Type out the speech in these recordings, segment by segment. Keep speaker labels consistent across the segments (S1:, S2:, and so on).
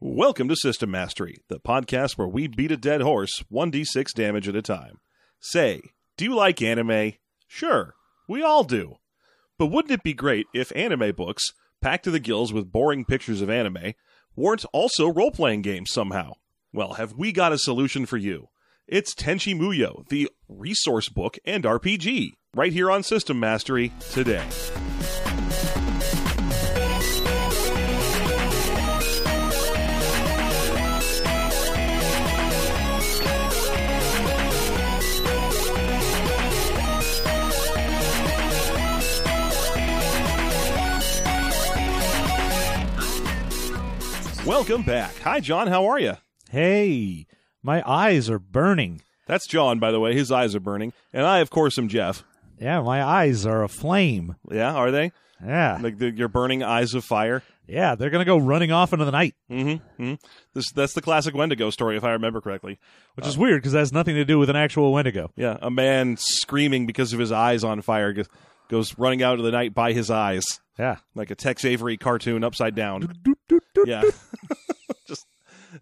S1: Welcome to System Mastery, the podcast where we beat a dead horse 1d6 damage at a time. Say, do you like anime? Sure, we all do. But wouldn't it be great if anime books, packed to the gills with boring pictures of anime, weren't also role playing games somehow? Well, have we got a solution for you? It's Tenchi Muyo, the resource book and RPG, right here on System Mastery today. Welcome back. Hi, John. How are you?
S2: Hey, my eyes are burning.
S1: That's John, by the way. His eyes are burning. And I, of course, am Jeff.
S2: Yeah, my eyes are aflame.
S1: Yeah, are they?
S2: Yeah.
S1: Like the, your burning eyes of fire?
S2: Yeah, they're going to go running off into the night,
S1: Mm-hmm. hmm This, that's the classic Wendigo story, if I remember correctly.
S2: which is weird because that has nothing to do with an actual Wendigo.
S1: Yeah, a man screaming because of his eyes on fire goes, goes running out of the night by his eyes,
S2: Yeah.
S1: like a Tex Avery cartoon upside down. Yeah. Just,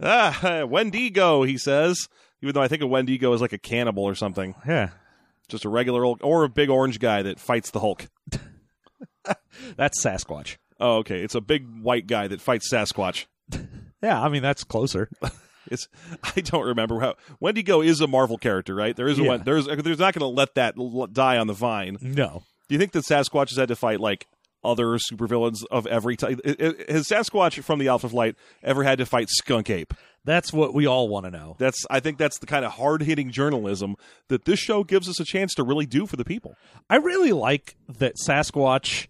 S1: ah, Wendigo, he says. Even though I think a Wendigo is like a cannibal or something.
S2: Yeah.
S1: Just a regular old, or a big orange guy that fights the Hulk.
S2: That's Sasquatch.
S1: Oh, okay. It's a big white guy that fights Sasquatch.
S2: Yeah, I mean, that's closer.
S1: It's I don't remember how Wendigo is a Marvel character, right? There is a
S2: Yeah.
S1: one. There's there's not going to let that l- die on the vine.
S2: No.
S1: Do you think that Sasquatch has had to fight like other supervillains of every type? I- I- Has Sasquatch from the Alpha Flight ever had to fight Skunk Ape?
S2: That's what we all want to know.
S1: That's I think that's the kind of hard hitting journalism that this show gives us a chance to really do for the people.
S2: I really like that Sasquatch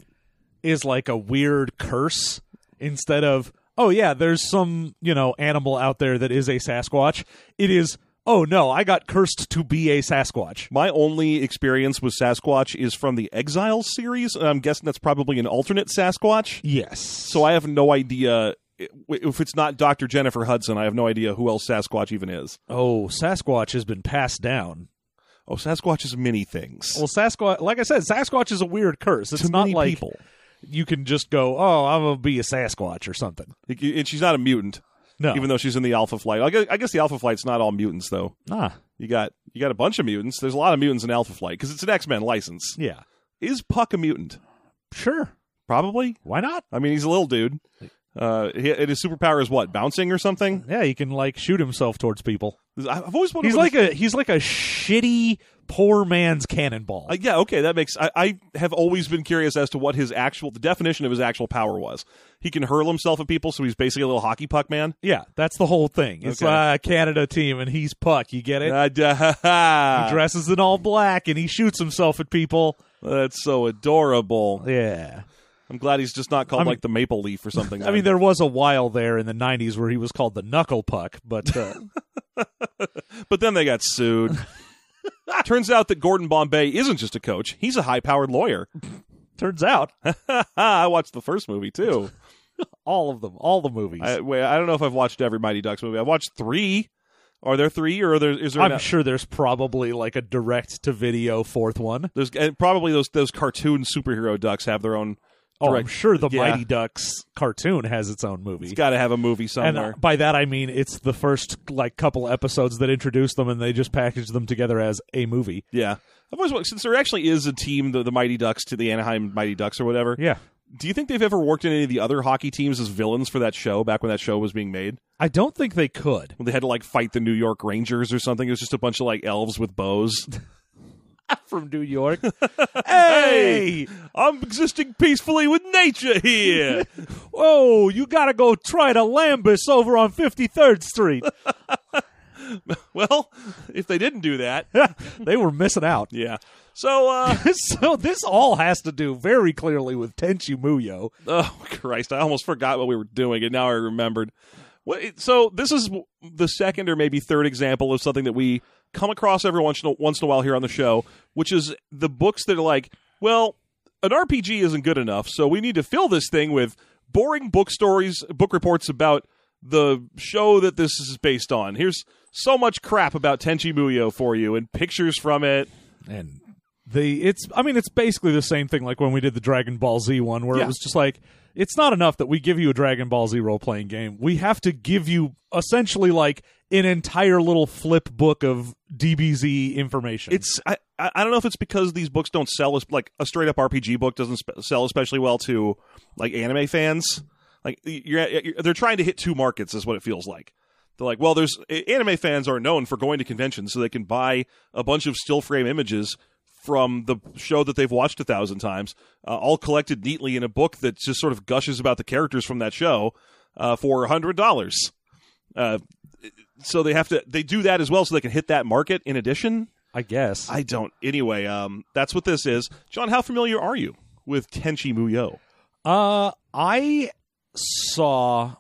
S2: is like a weird curse instead of, oh, yeah, there's some, you know, animal out there that is a Sasquatch. It is, oh, no, I got cursed to be a Sasquatch.
S1: My only experience with Sasquatch is from the Exile series, and I'm guessing that's probably an alternate Sasquatch.
S2: Yes.
S1: So I have no idea if it's not Dr. Jennifer Hudson. I have no idea who else Sasquatch even is.
S2: Oh, Sasquatch has been passed down.
S1: Oh, Sasquatch is many things.
S2: Well, Sasquatch, like I said, Sasquatch is a weird curse. It's
S1: To
S2: not
S1: many
S2: like
S1: people.
S2: you can just go, "Oh, I'm gonna be a Sasquatch" or something.
S1: Like, and she's not a mutant,
S2: No,
S1: even though she's in the Alpha Flight. I guess, I guess the Alpha Flight's not all mutants though.
S2: ah,
S1: You got you got a bunch of mutants. There's a lot of mutants in Alpha Flight because it's an X Men license.
S2: yeah,
S1: Is Puck a mutant?
S2: sure,
S1: Probably.
S2: why not?
S1: I mean, he's a little dude. Uh, he, and his superpower is what bouncing or something.
S2: Yeah, he can like shoot himself towards people.
S1: I- I've always wondered.
S2: He's
S1: what
S2: like a he's like a shitty poor man's cannonball.
S1: Uh, yeah, okay, that makes. I, I have always been curious as to what his actual, the definition of his actual power was. He can hurl himself at people, so he's basically a little hockey puck man.
S2: yeah, that's the whole thing. It's
S1: Okay.
S2: uh, Canada team, and he's puck. You get it?
S1: Ah, da- ha, ha.
S2: he dresses in all black, and he shoots himself at people.
S1: That's so adorable.
S2: Yeah.
S1: I'm glad he's just not called
S2: I mean-
S1: like the Maple Leaf or something.
S2: I mean, there was a while there in the '90s where he was called the Knuckle Puck, but uh,
S1: but then they got sued. Turns out that Gordon Bombay isn't just a coach; he's a high-powered lawyer.
S2: turns out
S1: I watched the first movie too.
S2: all of them, all the movies.
S1: I, wait, I don't know if I've watched every Mighty Ducks movie. I've watched three. Are there three, or are there, is there?
S2: am
S1: an-
S2: sure there's probably like a direct to video fourth one.
S1: There's and probably those those cartoon superhero ducks have their own.
S2: Oh,
S1: direct-
S2: I'm sure the
S1: yeah.
S2: Mighty Ducks cartoon has its own movie.
S1: It's got to have a movie
S2: and
S1: somewhere.
S2: uh, by that I mean it's the first like couple episodes that introduce them, and they just package them together as a movie.
S1: yeah, I've always wondered- since there actually is a team, the, the Mighty Ducks to the Anaheim Mighty Ducks or whatever.
S2: Yeah,
S1: Do you think they've ever worked in any of the other hockey teams as villains for that show back when that show was being made?
S2: I don't think they could.
S1: When they had to like fight the New York Rangers or something, it was just a bunch of like elves with bows.
S2: From New York,
S1: hey, I'm existing peacefully with nature here.
S2: whoa! Oh, You gotta go try to Lambus over on 53rd Street.
S1: well, if they didn't do that,
S2: they were missing out.
S1: yeah. So, uh,
S2: so this all has to do very clearly with Tenchi Muyo.
S1: Oh Christ! I almost forgot what we were doing, and now I remembered. What- it- So this is w- the second or maybe third example of something that we come across every once in a, once in a while here on the show, which is the books that are like, well, an RPG isn't good enough, so we need to fill this thing with boring book stories, book reports about the show that this is based on. Here's so much crap about Tenchi Muyo for you, and pictures from it.
S2: and the it's i mean it's basically the same thing like when we did the dragon ball z one where
S1: Yeah.
S2: it was just like it's not enough that we give you a Dragon Ball Z role playing game. We have to give you essentially like an entire little flip book of DBZ information.
S1: It's I, I I don't know if it's because these books don't sell as like a straight up RPG book doesn't sp- sell especially well to like anime fans. Like you're, you're they're trying to hit two markets is what it feels like. They're like, well, there's anime fans are known for going to conventions so they can buy a bunch of still frame images from the show that they've watched a thousand times, uh, all collected neatly in a book that just sort of gushes about the characters from that show uh, for a hundred dollars. Uh, so they have to they do that as well so they can hit that market in addition.
S2: I guess.
S1: I don't. Anyway, um, that's what this is. John, how familiar are you with Tenchi Muyo?
S2: uh I saw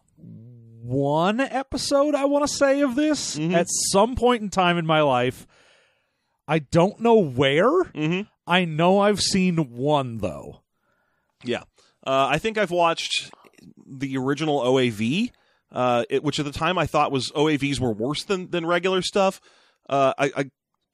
S2: one episode I want to say of this
S1: Mhm.
S2: at some point in time in my life. I don't know where.
S1: Mm-hmm.
S2: I know I've seen one though.
S1: Yeah. Uh, I think I've watched the original OAV, uh, it, which at the time I thought was OAVs were worse than, than regular stuff. Uh, I, I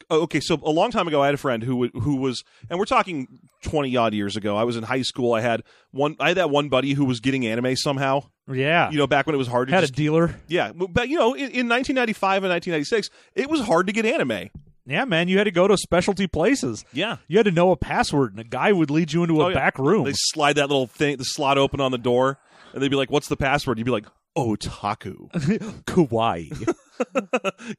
S1: oh, okay, so a long time ago, I had a friend who would- who was, and we're talking twenty odd years ago. I was in high school. I had one. I had that one buddy who was getting anime somehow.
S2: Yeah.
S1: You know, back when it was hard to
S2: had a
S1: just,
S2: dealer.
S1: yeah. But you know, in, in 1995 and 1996, it was hard to get anime.
S2: Yeah, man, you had to go to specialty places.
S1: Yeah.
S2: You had to know a password, and a guy would lead you into a
S1: Oh, yeah.
S2: back room.
S1: They slide that little thing, the slot open on the door, and they'd be like, "What's the password?" You'd be like, "Otaku."
S2: Kawaii.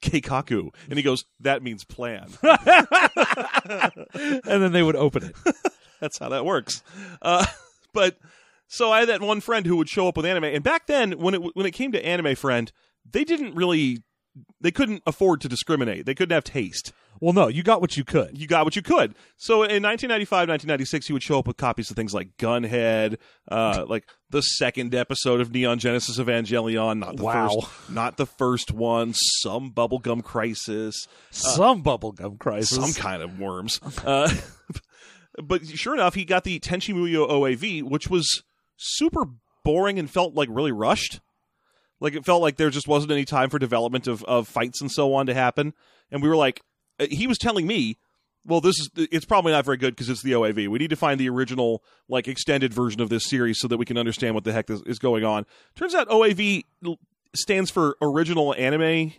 S1: Keikaku. And he goes, that means plan.
S2: and then they would open it.
S1: That's how that works. Uh, but so I had that one friend who would show up with anime. And back then, when it, when it came to anime friend, they didn't really, they couldn't afford to discriminate. They couldn't have taste.
S2: Well, no, you got what you could.
S1: You got what you could. So in 1995, 1996, he would show up with copies of things like Gunhead, uh, like the second episode of Neon Genesis Evangelion, not the
S2: Wow.
S1: first, not the first one, some Bubblegum Crisis,
S2: Some bubblegum crisis.
S1: Uh, some kind of worms. Uh, but sure enough, he got the Tenchi Muyo OAV, which was super boring and felt like really rushed. Like it felt like there just wasn't any time for development of, of fights and so on to happen. And we were like, uh, he was telling me, well, this is it's probably not very good because it's the OAV. We need to find the original like extended version of this series so that we can understand what the heck is, is going on. Turns out OAV l- stands for original anime,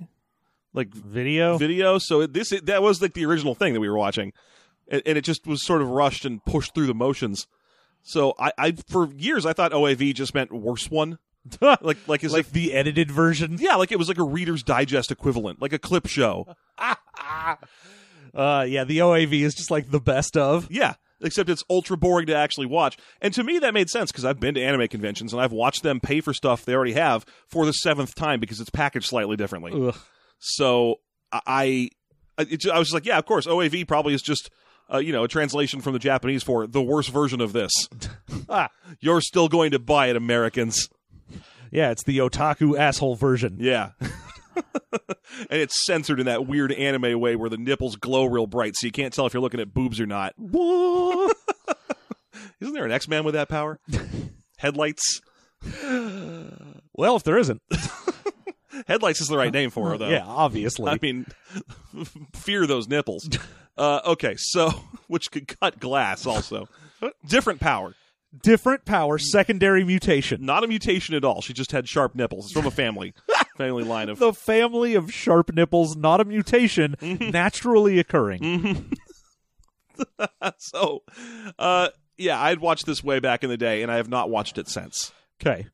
S1: like
S2: video.
S1: video. So it- this it, that was like the original thing that we were watching, and, and it just was sort of rushed and pushed through the motions. So I, I for years I thought OAV just meant worse one, like like it's like
S2: like the edited version.
S1: yeah, like it was like a Reader's Digest equivalent, like a clip show.
S2: Uh, yeah, the OAV is just like the best of.
S1: Yeah, except it's ultra boring to actually watch. And to me that made sense because I've been to anime conventions and I've watched them pay for stuff they already have for the seventh time because it's packaged slightly differently.
S2: Ugh.
S1: So I, I, it, ju- I was just like, yeah, of course, OAV probably is just, uh, you know, a translation from the Japanese for the worst version of this.
S2: Ah,
S1: You're still going to buy it, Americans.
S2: yeah, it's the otaku asshole version.
S1: Yeah. and it's censored in that weird anime way where the nipples glow real bright, so you can't tell if you're looking at boobs or not.
S2: What?
S1: Isn't there an X Man with that power? Headlights.
S2: well, if there isn't,
S1: Headlights is the right name for her, though.
S2: yeah, obviously.
S1: I mean, fear those nipples. Uh, okay, so which could cut glass also. Different power.
S2: Different power, secondary mutation.
S1: not a mutation at all. She just had sharp nipples. It's from a family family line of
S2: The family of sharp nipples, not a mutation, naturally occurring.
S1: so. Uh, yeah, I'd watched this way back in the day, and I have not watched it since.
S2: Okay.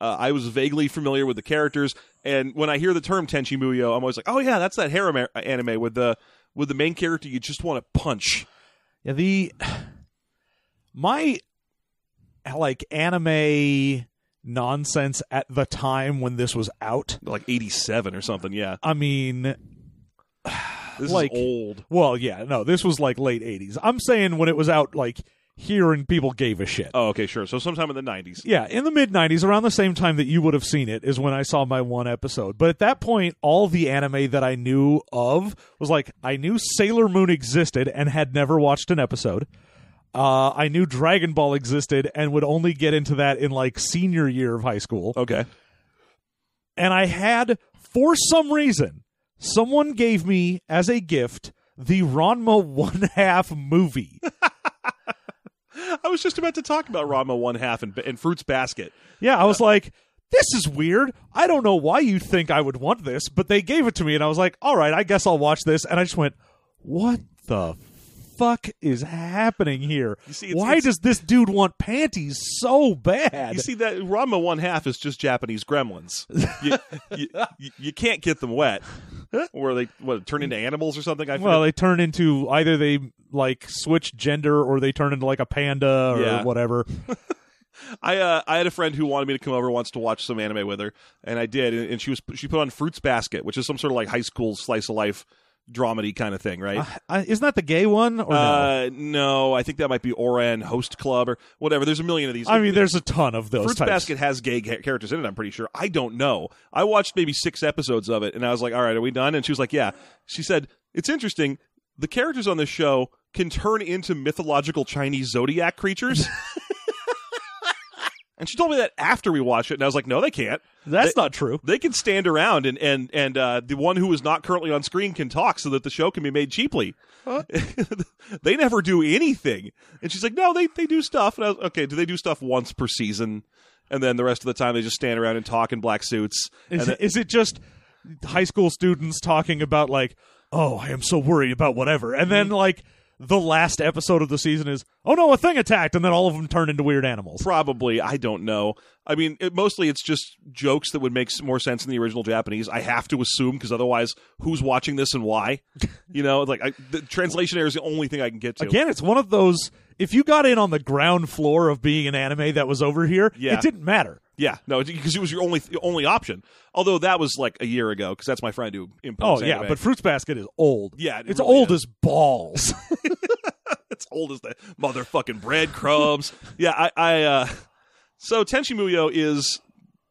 S1: Uh, I was vaguely familiar with the characters, and when I hear the term Tenchi Muyo, I'm always like, oh yeah, that's that harem a- anime with the with the main character you just want to punch.
S2: Yeah, the my like anime nonsense at the time when this was out.
S1: Like 87 or something. Yeah,
S2: I mean,
S1: this
S2: Like-
S1: is old.
S2: well, yeah, no, this was like late 80s. I'm saying when it was out like here and people gave a shit.
S1: Oh, okay, sure. So sometime in the 90s.
S2: Yeah, in the mid 90s, around the same time that you would have seen it, is when I saw my one episode. But at that point, all the anime that I knew of was like, I knew Sailor Moon existed and had never watched an episode. Uh, I knew Dragon Ball existed and would only get into that in like senior year of high school.
S1: Okay.
S2: And I had, for some reason, someone gave me as a gift the Ranma one half movie.
S1: I was just about to talk about Rama One Half and, and Fruits Basket.
S2: Yeah, I was like, this is weird. I don't know why you think I would want this, but they gave it to me, and I was like, all right, I guess I'll watch this. And I just went, what the fuck is happening here?
S1: see, it's-
S2: why
S1: it's-
S2: does this dude want panties so bad?
S1: You see that Rama One Half is just Japanese gremlins. You, you, you- you can't get them wet, or they what turn into animals or something. I
S2: well,
S1: forget.
S2: they turn into either they like switch gender or they turn into like a panda or
S1: Yeah.
S2: whatever.
S1: I uh, I had a friend who wanted me to come over once to watch some anime with her, and I did. And, and she was she put on Fruits Basket, which is some sort of like high school slice of life dramedy kind of thing, right?
S2: I, isn't that the gay one? Or Oh, no?
S1: Uh, no, I think that might be Oran Host Club or whatever. There's a million of these.
S2: I mean, there's a ton of those
S1: Fruits
S2: types.
S1: Basket has gay ca- characters in it. I'm pretty sure. I don't know. I watched maybe six episodes of it, and I was like, "All right, are we done?" And she was like, "Yeah." She said, "It's interesting. The characters on this show can turn into mythological Chinese zodiac creatures." and she told me that after we watched it, and I was like, "No, they can't.
S2: That's not true.
S1: They can stand around, and and and uh, the one who is not currently on screen can talk, so that the show can be made cheaply." they never do anything. And she's like, no, they, they do stuff. And I was, okay, do they do stuff once per season? And then the rest of the time they just stand around and talk in black suits. And
S2: Is,
S1: then-
S2: it, is it just high school students talking about like, oh, I am so worried about whatever, and then
S1: Mm-hmm.
S2: like the last episode of the season is, oh no, a thing attacked, and then all of them turn into weird animals.
S1: probably, I don't know. I mean, it, mostly it's just jokes that would make s- more sense in the original Japanese. I have to assume because otherwise, who's watching this and why? You know, like I, the translation error is the only thing I can get to.
S2: Again, it's one of those. If you got in on the ground floor of being an anime that was over here,
S1: Yeah.
S2: it didn't matter.
S1: Yeah, no, because it was your only your only option. Although that was like a year ago, because that's my friend who
S2: Oh
S1: imports.
S2: yeah,
S1: anime.
S2: but Fruits Basket is old.
S1: Yeah, it
S2: it's
S1: really
S2: old
S1: is.
S2: as balls.
S1: it's old as the motherfucking breadcrumbs. yeah, I, I uh so Tenchi Muyo is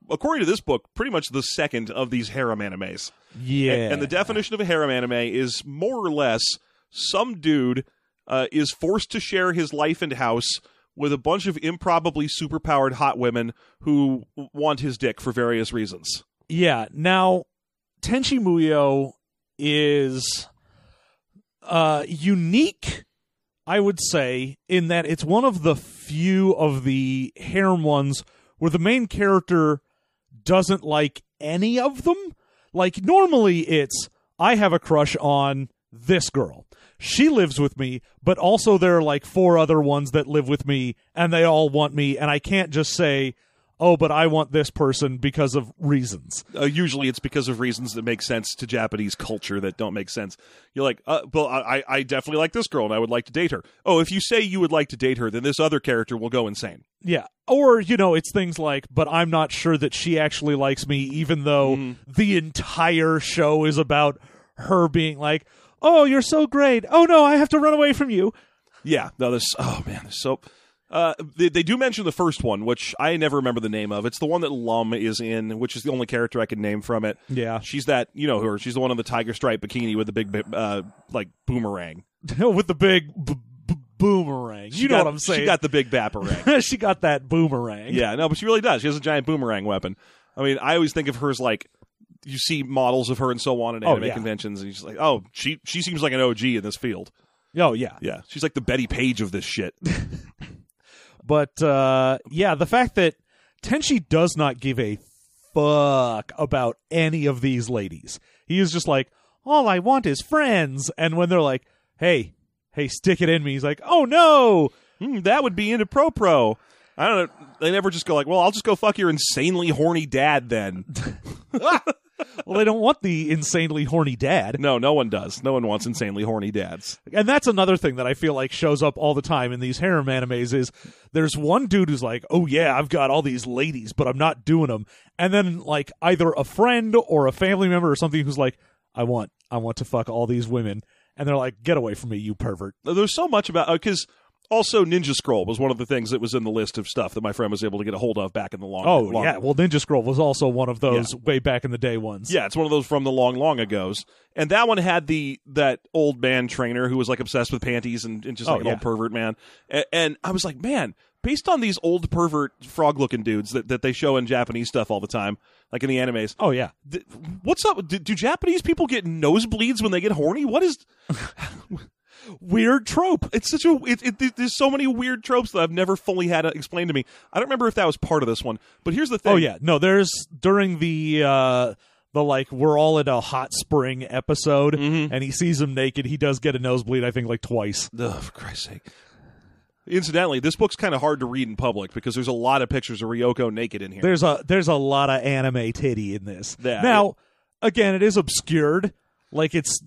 S1: according to this book pretty much the second of these harem animes.
S2: yeah,
S1: And, and the definition of a harem anime is more or less some dude uh, is forced to share his life and house with a bunch of improbably superpowered hot women who w- want his dick for various reasons.
S2: Yeah. Now, Tenchi Muyo is uh, unique, I would say, in that it's one of the few of the harem ones where the main character doesn't like any of them. Like, normally it's, I have a crush on this girl. She lives with me, but also there are like four other ones that live with me, and they all want me, and I can't just say, oh, but I want this person because of reasons.
S1: Uh, usually, it's because of reasons that make sense to Japanese culture that don't make sense. You're like, uh, well, I, I definitely like this girl and I would like to date her. Oh, if you say you would like to date her, then this other character will go insane.
S2: Yeah. Or, you know, it's things like, but I'm not sure that she actually likes me, even though
S1: Mm-hmm.
S2: the entire show is about her being like, oh, you're so great. Oh, no, I have to run away from you.
S1: Yeah. No, this. Oh man, this so. Uh, they, they do mention the first one, which I never remember the name of. It's the one that Lum is in, which is the only character I can name from it.
S2: Yeah.
S1: She's that, you know, her. She's the one in the tiger stripe bikini with the big, uh, like boomerang.
S2: With the big b- b- boomerang.
S1: She
S2: you know
S1: got-
S2: what I'm saying?
S1: She got the big baparang.
S2: she got that boomerang.
S1: Yeah, no, but she really does. She has a giant boomerang weapon. I mean, I always think of her as like you see models of her and so on at
S2: Oh,
S1: anime
S2: yeah.
S1: conventions, and you're just like, oh, she she seems like an OG in this field.
S2: Oh, yeah.
S1: Yeah, she's like the Betty Page of this shit.
S2: But uh, yeah, the fact that Tenshi does not give a fuck about any of these ladies. He is just like, all I want is friends. And when they're like, hey, hey, stick it in me, he's like, oh no.
S1: Hmm, that would be into pro pro. I don't know. They never just go like, well, I'll just go fuck your insanely horny dad then.
S2: Well, they don't want the insanely horny dad.
S1: no, no one does. No one wants insanely horny dads.
S2: And that's another thing that I feel like shows up all the time in these harem animes is there's one dude who's like, "Oh yeah, I've got all these ladies, but I'm not doing them." And then like either a friend or a family member or something who's like, "I want I want to fuck all these women." And they're like, "Get away from me, you pervert."
S1: there's so much about because also Ninja Scroll was one of the things that was in the list of stuff that my friend was able to get a hold of back in the long.
S2: Oh,
S1: long
S2: yeah. Well, Ninja Scroll was also one of those way back in the day ones.
S1: Yeah, it's one of those from the long, long ago's. And that one had the that old man trainer who was like obsessed with panties and, and just like
S2: Oh,
S1: an
S2: yeah.
S1: old pervert man. And, and I was like, man, based on these old pervert frog looking dudes that, that they show in Japanese stuff all the time, like in the animes,
S2: Oh yeah.
S1: th- what's up? Do, do Japanese people get nosebleeds when they get horny? What is
S2: weird trope.
S1: It's such a. It, it, it- there's so many weird tropes that I've never fully had explained to me. I don't remember if that was part of this one, but here's the thing.
S2: Oh yeah, no, there's during the uh the like we're all in a hot spring episode, and he sees him naked. He does get a nosebleed, I think, like twice.
S1: Ugh, for Christ's sake. Incidentally, this book's kind of hard to read in public because there's a lot of pictures of Ryoko naked in here.
S2: There's a there's a lot of anime titty in this.
S1: Yeah.
S2: now, again, it is obscured. Like it's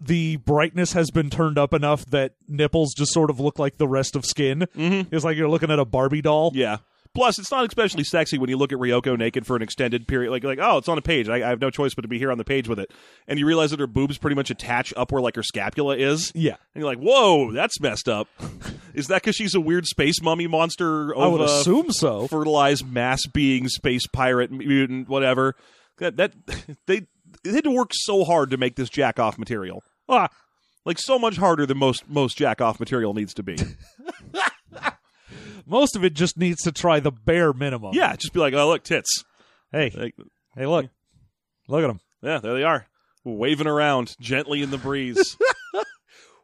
S2: the brightness has been turned up enough that nipples just sort of look like the rest of skin. Mm-hmm. It's like you're looking at a Barbie doll.
S1: yeah. Plus, it's not especially sexy when you look at Ryoko naked for an extended period. Like, like, oh, it's on a page. I, I have no choice but to be here on the page with it. And you realize that her boobs pretty much attach up where like her scapula is.
S2: Yeah.
S1: And you're like, whoa, that's messed up. is that because she's a weird space mummy monster? Of,
S2: I would
S1: uh,
S2: assume so.
S1: fertilized mass being, space pirate, mutant, whatever. That that they they had to work so hard to make this jack off material.
S2: Ah,
S1: Like so much harder than most most jack off material needs to be.
S2: most of it just needs to try the bare minimum.
S1: yeah, just be like, oh look, tits.
S2: Hey,
S1: Like,
S2: hey, look, look at him.
S1: yeah, there they are, waving around gently in the breeze.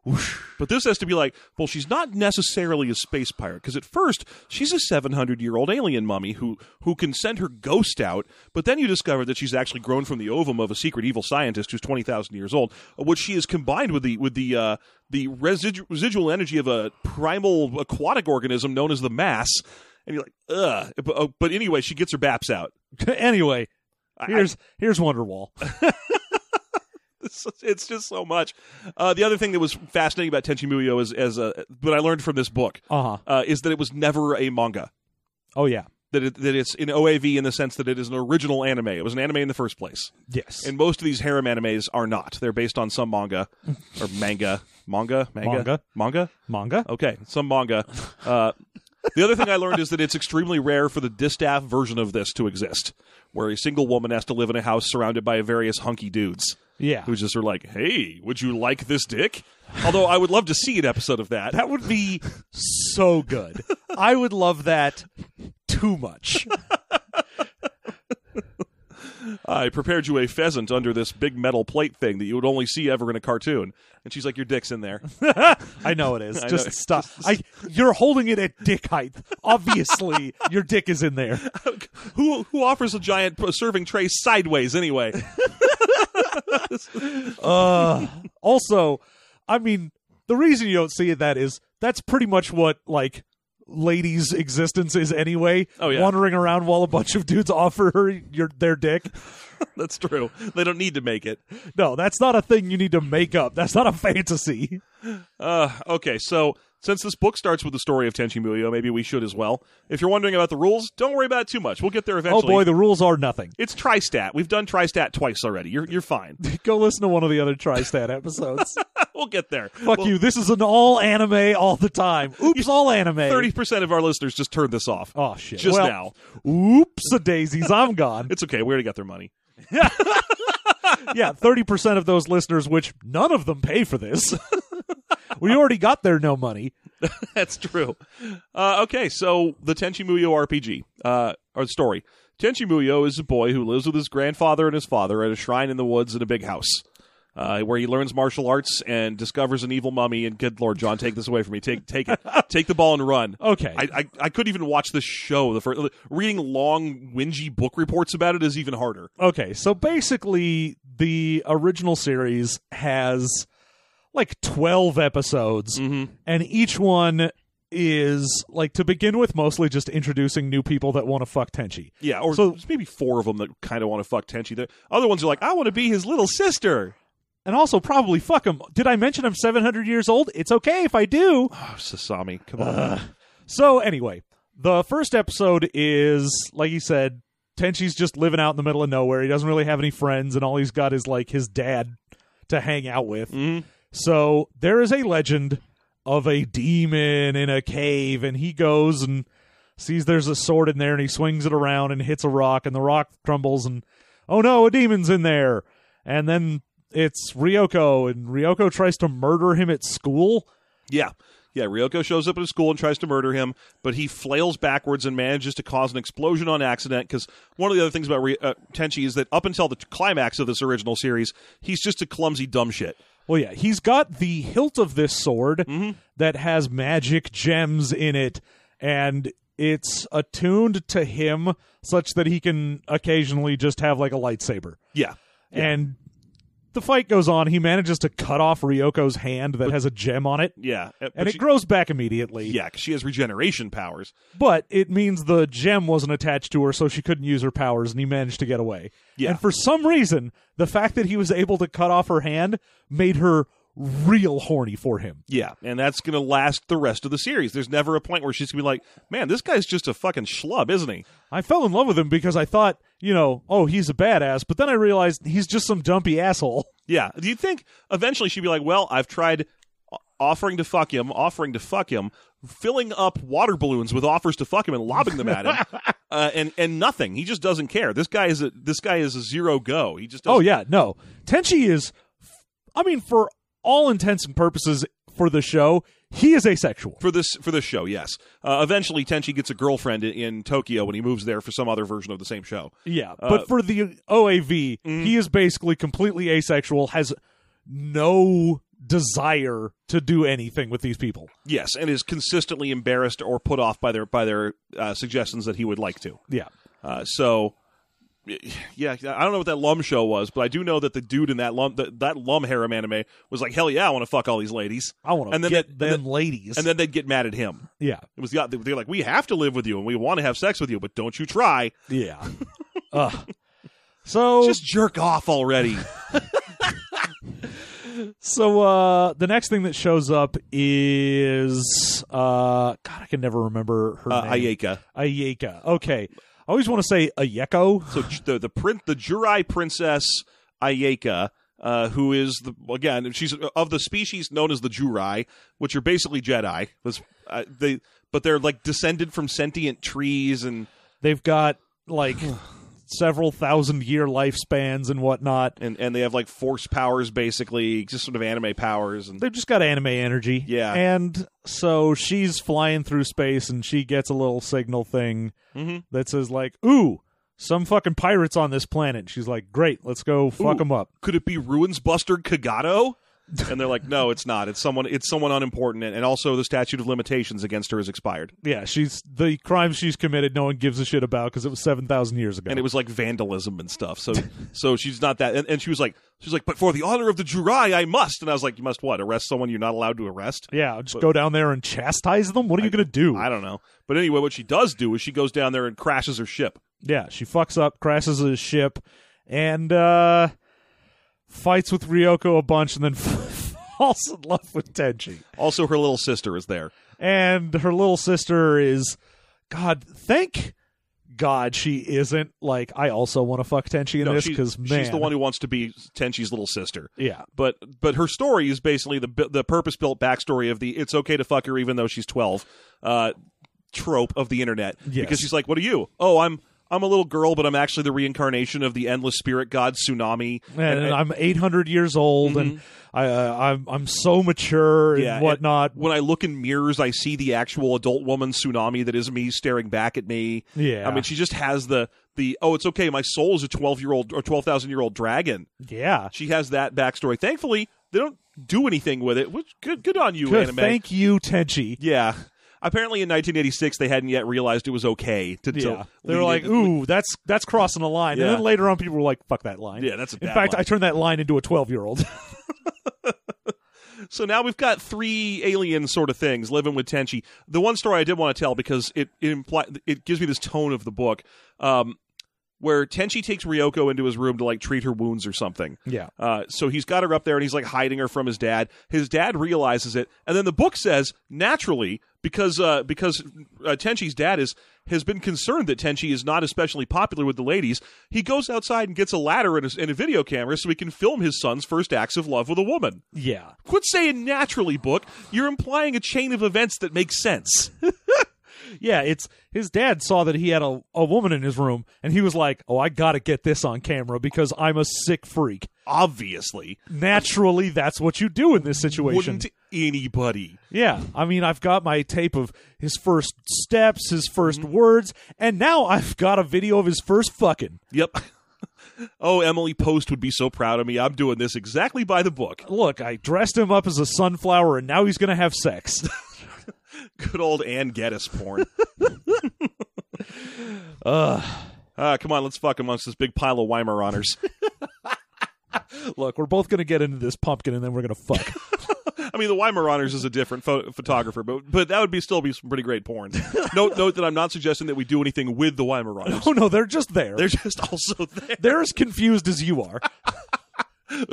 S1: Whoosh. But this has to be like, well, she's not necessarily a space pirate because at first she's a 700 year old alien mummy who who can send her ghost out. But then you discover that she's actually grown from the ovum of a secret evil scientist who's 20,000 years old, which she is combined with the with the uh, the residu- residual energy of a primal aquatic organism known as the mass. And you're like, ugh. But, oh, but anyway, she gets her baps out.
S2: anyway,
S1: I-
S2: here's here's Wonderwall.
S1: it's, it's just so much. Uh, the other thing that was fascinating about Tenchi Muyo is, as uh, what I learned from this book,
S2: Uh huh.
S1: uh, is that it was never a manga.
S2: Oh yeah.
S1: That it, that it's an OAV in the sense that it is an original anime. It was an anime in the first place,
S2: Yes.
S1: and most of these harem animes are not. They're based on some manga or manga, manga, manga,
S2: Manga.
S1: manga.
S2: Manga.
S1: Okay, some manga. Uh, the other thing I learned is that it's extremely rare for the distaff version of this to exist, where a single woman has to live in a house surrounded by various hunky dudes
S2: Yeah.
S1: who just are like, "Hey, would you like this dick?" Although I would love to see an episode of that.
S2: That would be so good. I would love that too much.
S1: I prepared you a pheasant under this big metal plate thing that you would only see ever in a cartoon, and she's like, "Your dick's in there."
S2: I know it is.
S1: I
S2: Just
S1: know.
S2: stop. I you're holding it at dick height. Obviously, your dick is in there.
S1: who who offers a giant p- serving tray sideways anyway?
S2: Uh, also, I mean, the reason you don't see it that is that's pretty much what like ladies' existence is anyway.
S1: Oh, yeah.
S2: wandering around while a bunch of dudes offer her your their dick.
S1: That's true. They don't need to make it.
S2: No, that's not a thing you need to make up. That's not a fantasy.
S1: Uh, okay, so since this book starts with the story of Tenchi Muyo, maybe we should as well. If you're wondering about the rules, don't worry about it too much. We'll get there
S2: Oh
S1: eventually.
S2: boy, the rules are nothing.
S1: it's Tristat. We've done Tristat twice already. You're you're fine.
S2: Go listen to one of the other Tristat episodes.
S1: we'll get there.
S2: Fuck you. This is an all anime all the time. Oops, all anime.
S1: Thirty percent of our listeners just turned this off.
S2: Oh shit.
S1: just
S2: well,
S1: now.
S2: Oops, daisies. I'm gone.
S1: It's okay. We already got their money.
S2: yeah, thirty percent of those listeners, which none of them pay for this. we already got their no money.
S1: That's true. Uh, okay, so the Tenchi Muyo RPG uh, or story. Tenchi Muyo is a boy who lives with his grandfather and his father at a shrine in the woods in a big house, uh, where he learns martial arts and discovers an evil mummy. And good lord, John, take this away from me. Take take it. take the ball and run.
S2: Okay.
S1: I, I I couldn't even watch this show. The first reading long whingy book reports about it is even harder.
S2: okay, so basically the original series has like twelve episodes
S1: Mm-hmm.
S2: and each one is like to begin with mostly just introducing new people that want to fuck Tenchi.
S1: Yeah, or
S2: So-
S1: there's maybe four of them that kind of want to fuck Tenchi. The other ones are like, I want to be his little sister.
S2: And also probably fuck him. Did I mention I'm 700 years old? It's okay if I do.
S1: Oh, Sasami, come on.
S2: So anyway, the first episode is like you said, Tenchi's just living out in the middle of nowhere. He doesn't really have any friends, and all he's got is like his dad to hang out with.
S1: Mhm.
S2: So there is a legend of a demon in a cave, and he goes and sees there's a sword in there, and he swings it around and hits a rock, and the rock crumbles, and oh no, a demon's in there. And then it's Ryoko, and Ryoko tries to murder him at school.
S1: Yeah. Yeah, Ryoko shows up at his school and tries to murder him, but he flails backwards and manages to cause an explosion on accident. Because one of the other things about Ry- uh, Tenchi is that up until the climax of this original series, he's just a clumsy dumb shit.
S2: Well, yeah, he's got the hilt of this sword
S1: Mm-hmm.
S2: that has magic gems in it, and it's attuned to him such that he can occasionally just have like a lightsaber.
S1: Yeah.
S2: And the fight goes on. He manages to cut off Ryoko's hand that has a gem on it,
S1: Yeah. Uh,
S2: and
S1: but
S2: it
S1: she,
S2: grows back immediately.
S1: yeah, 'cause she has regeneration powers.
S2: But it means the gem wasn't attached to her, so she couldn't use her powers, and he managed to get away.
S1: Yeah.
S2: And for some reason, the fact that he was able to cut off her hand made her real horny for him.
S1: Yeah, and that's going to last the rest of the series. There's never a point where she's going to be like, "Man, this guy's just a fucking schlub, isn't he?"
S2: I fell in love with him because I thought, you know, oh, he's a badass, but then I realized he's just some dumpy asshole.
S1: Yeah. Do you think eventually she'd be like, "Well, I've tried o- offering to fuck him, offering to fuck him, filling up water balloons with offers to fuck him and lobbing them at him, uh, and and nothing. He just doesn't care. This guy is a this guy is a zero go. He just doesn't
S2: Oh yeah, no. Tenchi is f- I mean for all intents and purposes for the show, he is asexual.
S1: for this for this show. Yes. Uh, eventually, Tenchi gets a girlfriend in, in Tokyo when he moves there for some other version of the same show.
S2: Yeah,
S1: uh,
S2: but for the OAV,
S1: mm-hmm.
S2: he is basically completely asexual, has no desire to do anything with these people.
S1: Yes, and is consistently embarrassed or put off by their by their uh, suggestions that he would like to.
S2: Yeah.
S1: Uh, so, yeah, I don't know what that Lum show was, but I do know that the dude in that Lum that, that Lum harem anime was like, hell yeah, I want to fuck all these ladies,
S2: I want to
S1: And then
S2: get
S1: that-
S2: them
S1: and
S2: ladies.
S1: and then they'd get mad at him.
S2: yeah.
S1: It was yeah, they're like, we have to live with you and we want to have sex with you, but don't you try.
S2: Yeah. Ugh. So
S1: Just jerk off already.
S2: So uh the next thing that shows up is uh God, I can never remember her
S1: Uh,
S2: name.
S1: Ayeka.
S2: Ayeka. Okay. I always want to say Ayeko.
S1: So j- the the print the Jurai princess Ayeka, uh, who is the again she's of the species known as the Jurai, which are basically Jedi. Was uh, they but they're like descended from sentient trees and
S2: They've got like several thousand year lifespans and whatnot.
S1: and and they have like force powers basically, just sort of anime powers and
S2: They've just got anime energy.
S1: Yeah.
S2: And so she's flying through space and she gets a little signal thing
S1: Mhm.
S2: that says like, "Ooh, some fucking pirates on this planet." She's like, "Great, let's go fuck
S1: Ooh.
S2: them up."
S1: could it be Ruins Buster Kagato? and they're like, no, it's not. It's someone. It's someone unimportant, and, and also the statute of limitations against her is expired.
S2: Yeah, she's the crime she's committed. No one gives a shit about because it was seven thousand years ago.
S1: and it was like vandalism and stuff. So so she's not that. And, and she was like she was like, but for the honor of the Jurai, I must. And I was like, you must what? Arrest someone you're not allowed to arrest?
S2: yeah, just go down there and chastise them. What are you gonna do?
S1: I don't know. But anyway, what she does do is she goes down there and crashes her ship.
S2: yeah, she fucks up, crashes his ship, and uh fights with Ryoko a bunch, and then falls in love with Tenchi.
S1: Also, her little sister is there.
S2: And her little sister is, God, thank God she isn't like I also want to fuck Tenchi in
S1: No,
S2: this
S1: she-
S2: because man,
S1: she's the one who wants to be Tenchi's little sister.
S2: yeah,
S1: But but her story is basically the bi- the purpose built backstory of the it's okay to fuck her even though she's twelve uh, trope of the internet
S2: Yes.
S1: because she's like, what are you? Oh, I'm I'm a little girl, but I'm actually the reincarnation of the endless spirit god tsunami.
S2: and, I'm 800 years old, and I, uh, I'm I'm so mature
S1: Mm-hmm. Yeah,
S2: and whatnot.
S1: when I look in mirrors, I see the actual adult woman tsunami that is me staring back at me.
S2: Yeah.
S1: I mean, she just has the the oh, it's okay. My soul is a twelve year old or twelve thousand year old dragon.
S2: yeah,
S1: She has that backstory. Thankfully, they don't do anything with it. Which good, good on you,
S2: Good.
S1: anime.
S2: Thank you, Tenchi.
S1: yeah. Apparently, in 1986, they hadn't yet realized it was okay to. to
S2: Yeah, they were
S1: lean
S2: like,
S1: into-
S2: "Ooh, that's that's crossing a line,"
S1: Yeah.
S2: and then later on, people were like, "Fuck that line."
S1: Yeah, that's a
S2: In
S1: bad
S2: fact,
S1: line.
S2: I turned that line into a 12 year old.
S1: So now we've got three alien sort of things living with Tenchi. The one story I did want to tell because it it imply, it gives me this tone of the book, um, where Tenchi takes Ryoko into his room to like treat her wounds or something.
S2: yeah,
S1: Uh, so he's got her up there and he's like hiding her from his dad. His dad realizes it, and then the book says naturally because uh, because uh, Tenchi's dad is has been concerned that Tenchi is not especially popular with the ladies. He goes outside and gets a ladder and a, and a video camera so he can film his son's first acts of love with a woman.
S2: yeah.
S1: Quit saying naturally, book. You're implying a chain of events that makes sense.
S2: Yeah, it's his dad saw that he had a, a woman in his room, and he was like, "Oh, I gotta get this on camera because I'm a sick freak."
S1: Obviously,
S2: Naturally, that's what you do in this situation.
S1: wouldn't anybody?
S2: yeah, I mean, I've got my tape of his first
S1: Mm-hmm.
S2: steps, his 1st words, and now I've got a video of his first fucking.
S1: Yep. oh, Emily Post would be so proud of me. I'm doing this exactly by the book.
S2: Look, I dressed him up as a sunflower, and now he's going to have sex.
S1: Good old Ann Geddes porn.
S2: Ugh.
S1: Ah, come on, let's fuck amongst this big pile of Weimar honors.
S2: Look, we're both going to get into this pumpkin, and then we're going to fuck.
S1: I mean, the Weimar honors is a different pho- photographer, but but that would be still be some pretty great porn. note note that I'm not suggesting that we do anything with the Weimar honors.
S2: oh no, they're just there.
S1: They're just also there.
S2: they're as confused as you are.
S1: At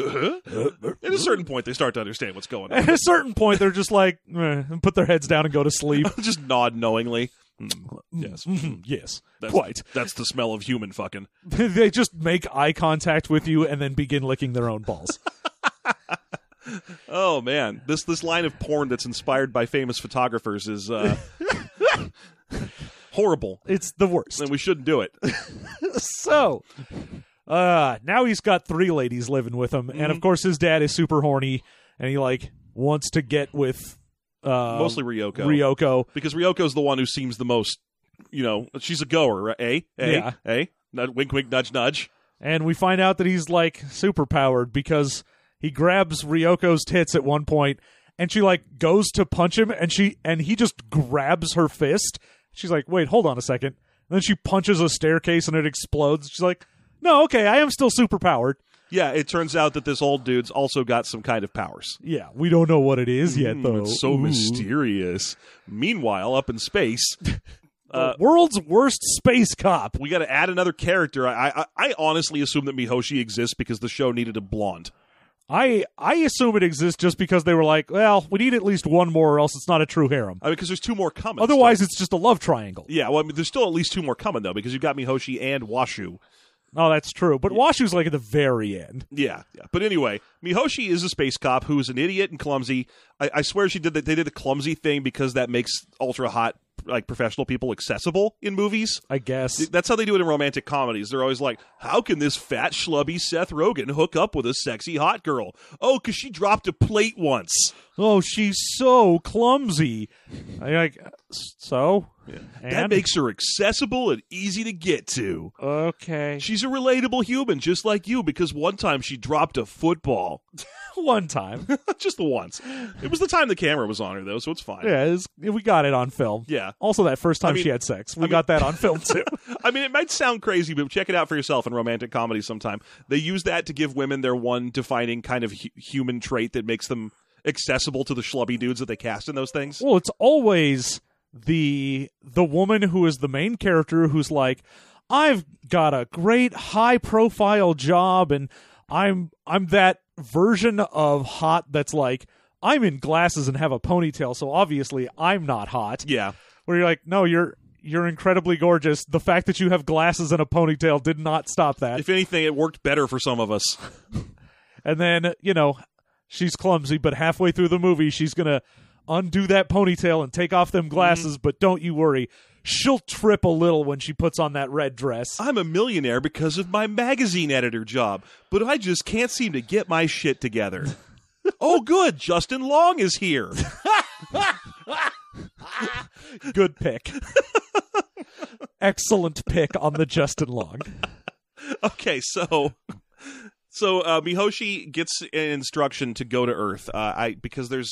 S1: a certain point, they start to understand what's going on.
S2: At a certain point, they're just like, eh, and put their heads down and go to sleep.
S1: just nod knowingly. Hmm,
S2: yes, yes,
S1: That's,
S2: mm, quite.
S1: That's the smell of human fucking.
S2: they just make eye contact with you and then begin licking their own balls.
S1: Oh man, this this line of porn that's inspired by famous photographers is uh, horrible,
S2: it's the worst.
S1: and we shouldn't do it.
S2: Um, so, uh, now he's got three ladies living with him,
S1: Mm-hmm.
S2: and of course his dad is super horny, and he like wants to get with uh,
S1: Mostly Ryoko.
S2: Ryoko.
S1: because Ryoko's the one who seems the most, you know, she's a goer, right? Eh? Eh?
S2: Yeah.
S1: Eh? Nud- wink, wink, nudge, nudge.
S2: and we find out that he's like super powered because he grabs Ryoko's tits at one point and she like goes to punch him and she and he just grabs her fist. She's like, "Wait, hold on a second. And then she punches a staircase and it explodes. She's like, "No, okay, I am still super powered."
S1: Yeah, it turns out that this old dude's also got some kind of powers.
S2: Yeah, we don't know what it is yet though.
S1: Mm, It's so
S2: Oh, Ooh.
S1: mysterious. Meanwhile, up in space,
S2: The
S1: Uh,
S2: world's worst space cop.
S1: we got to add another character. I, I, I honestly assume that Mihoshi exists because the show needed a blonde.
S2: I I assume it exists just because they were like, "Well, we need at least one more or else it's not a true harem."
S1: I mean, because there's two more coming.
S2: Otherwise, it's just a love triangle.
S1: yeah. Well, I mean, there's still at least two more coming though, because you've got Mihoshi and Washu.
S2: Oh, that's true. But Washu's like at the very end.
S1: Yeah, yeah. But anyway, Mihoshi is a space cop who is an idiot and clumsy. I, I swear she did that. They did the clumsy thing because that makes ultra hot like professional people accessible in movies.
S2: I guess.
S1: That's how they do it in romantic comedies. They're always like, "How can this fat schlubby Seth Rogen hook up with a sexy hot girl? Oh, because she dropped a plate once."
S2: oh, she's so clumsy. I like so. And?
S1: That makes her accessible and easy to get to.
S2: okay.
S1: She's a relatable human, just like you, because one time she dropped a football.
S2: One time,
S1: just the once. It was the time the camera was on her, though, so it's fine.
S2: yeah, it was- we got it on film.
S1: Yeah.
S2: Also, that first time
S1: mean-
S2: she had sex, we got that on film too.
S1: I mean, it might sound crazy, but check it out for yourself in romantic comedy sometime. They use that to give women their one defining kind of hu- human trait that makes them accessible to the schlubby dudes that they cast in those things.
S2: well, it's always the the woman who is the main character who's like, I've got a great high profile job, and I'm I'm that version of hot that's like. I'm in glasses and have a ponytail, so obviously I'm not hot.
S1: Yeah.
S2: where you're like, no, you're you're incredibly gorgeous. The fact that you have glasses and a ponytail did not stop that.
S1: If anything, it worked better for some of us.
S2: and then you know, she's clumsy, but halfway through the movie, she's gonna undo that ponytail and take off them
S1: Mm-hmm.
S2: glasses. But don't you worry, she'll trip a little when she puts on that red dress.
S1: I'm a millionaire because of my magazine editor job, but I just can't seem to get my shit together. oh, good. Justin Long is here.
S2: Good pick. Excellent pick on the Justin Long.
S1: Okay, so so uh, Mihoshi gets an instruction to go to Earth. Uh, I because there's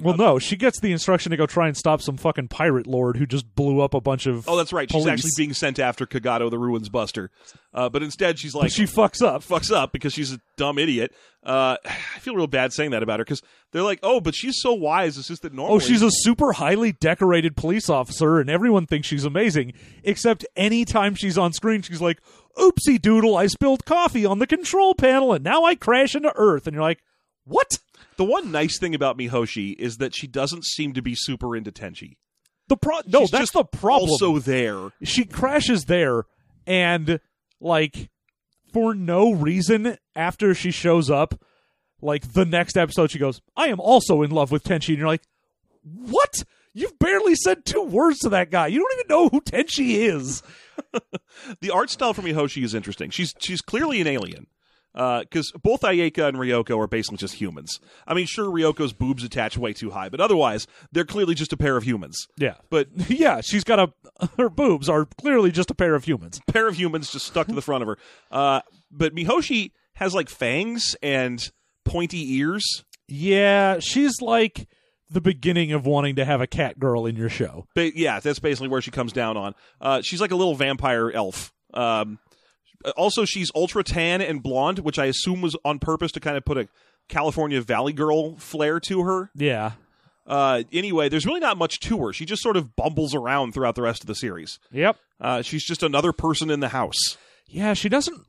S2: Well, no, she gets the instruction to go try and stop some fucking pirate lord who just blew up a bunch of.
S1: oh that's right she's
S2: police.
S1: actually being sent after Kagato the Ruins Buster, uh, but instead she's like
S2: But she fucks up.
S1: fucks up because she's a dumb idiot. Uh, I feel real bad saying that about her because they're like oh but she's so wise. It's just that normally
S2: Oh, she's a super highly decorated police officer, and everyone thinks she's amazing. Except anytime she's on screen, she's like, oopsie doodle, I spilled coffee on the control panel, and now I crash into Earth. And you're like, what?
S1: the one nice thing about Mihoshi is that she doesn't seem to be super into Tenchi.
S2: The pro- no,
S1: She's just
S2: that's the problem.
S1: Also there.
S2: she crashes there, and like for no reason, after she shows up, like the next episode, she goes, "I am also in love with Tenchi," and you're like, what? You've barely said two words to that guy. You don't even know who Tenchi is.
S1: the art style for Mihoshi is interesting. She's she's clearly an alien. Because both Ayeka and Ryoko are basically just humans. I mean, sure, Ryoko's boobs attach way too high, but otherwise, they're clearly just a pair of humans.
S2: Yeah.
S1: But
S2: yeah, she's got a her boobs are clearly just a pair of humans.
S1: pair of humans just stuck to the front of her. Uh, but Mihoshi has like fangs and pointy ears.
S2: Yeah, she's like the beginning of wanting to have a cat girl in your show.
S1: But yeah, that's basically where she comes down on. Uh, she's like a little vampire elf. Um, also, she's ultra tan and blonde, which I assume was on purpose to kind of put a California Valley Girl flair to her.
S2: Yeah.
S1: Uh, anyway, there's really not much to her. She just sort of bumbles around throughout the rest of the series.
S2: Yep.
S1: Uh, she's just another person in the house.
S2: Yeah, she doesn't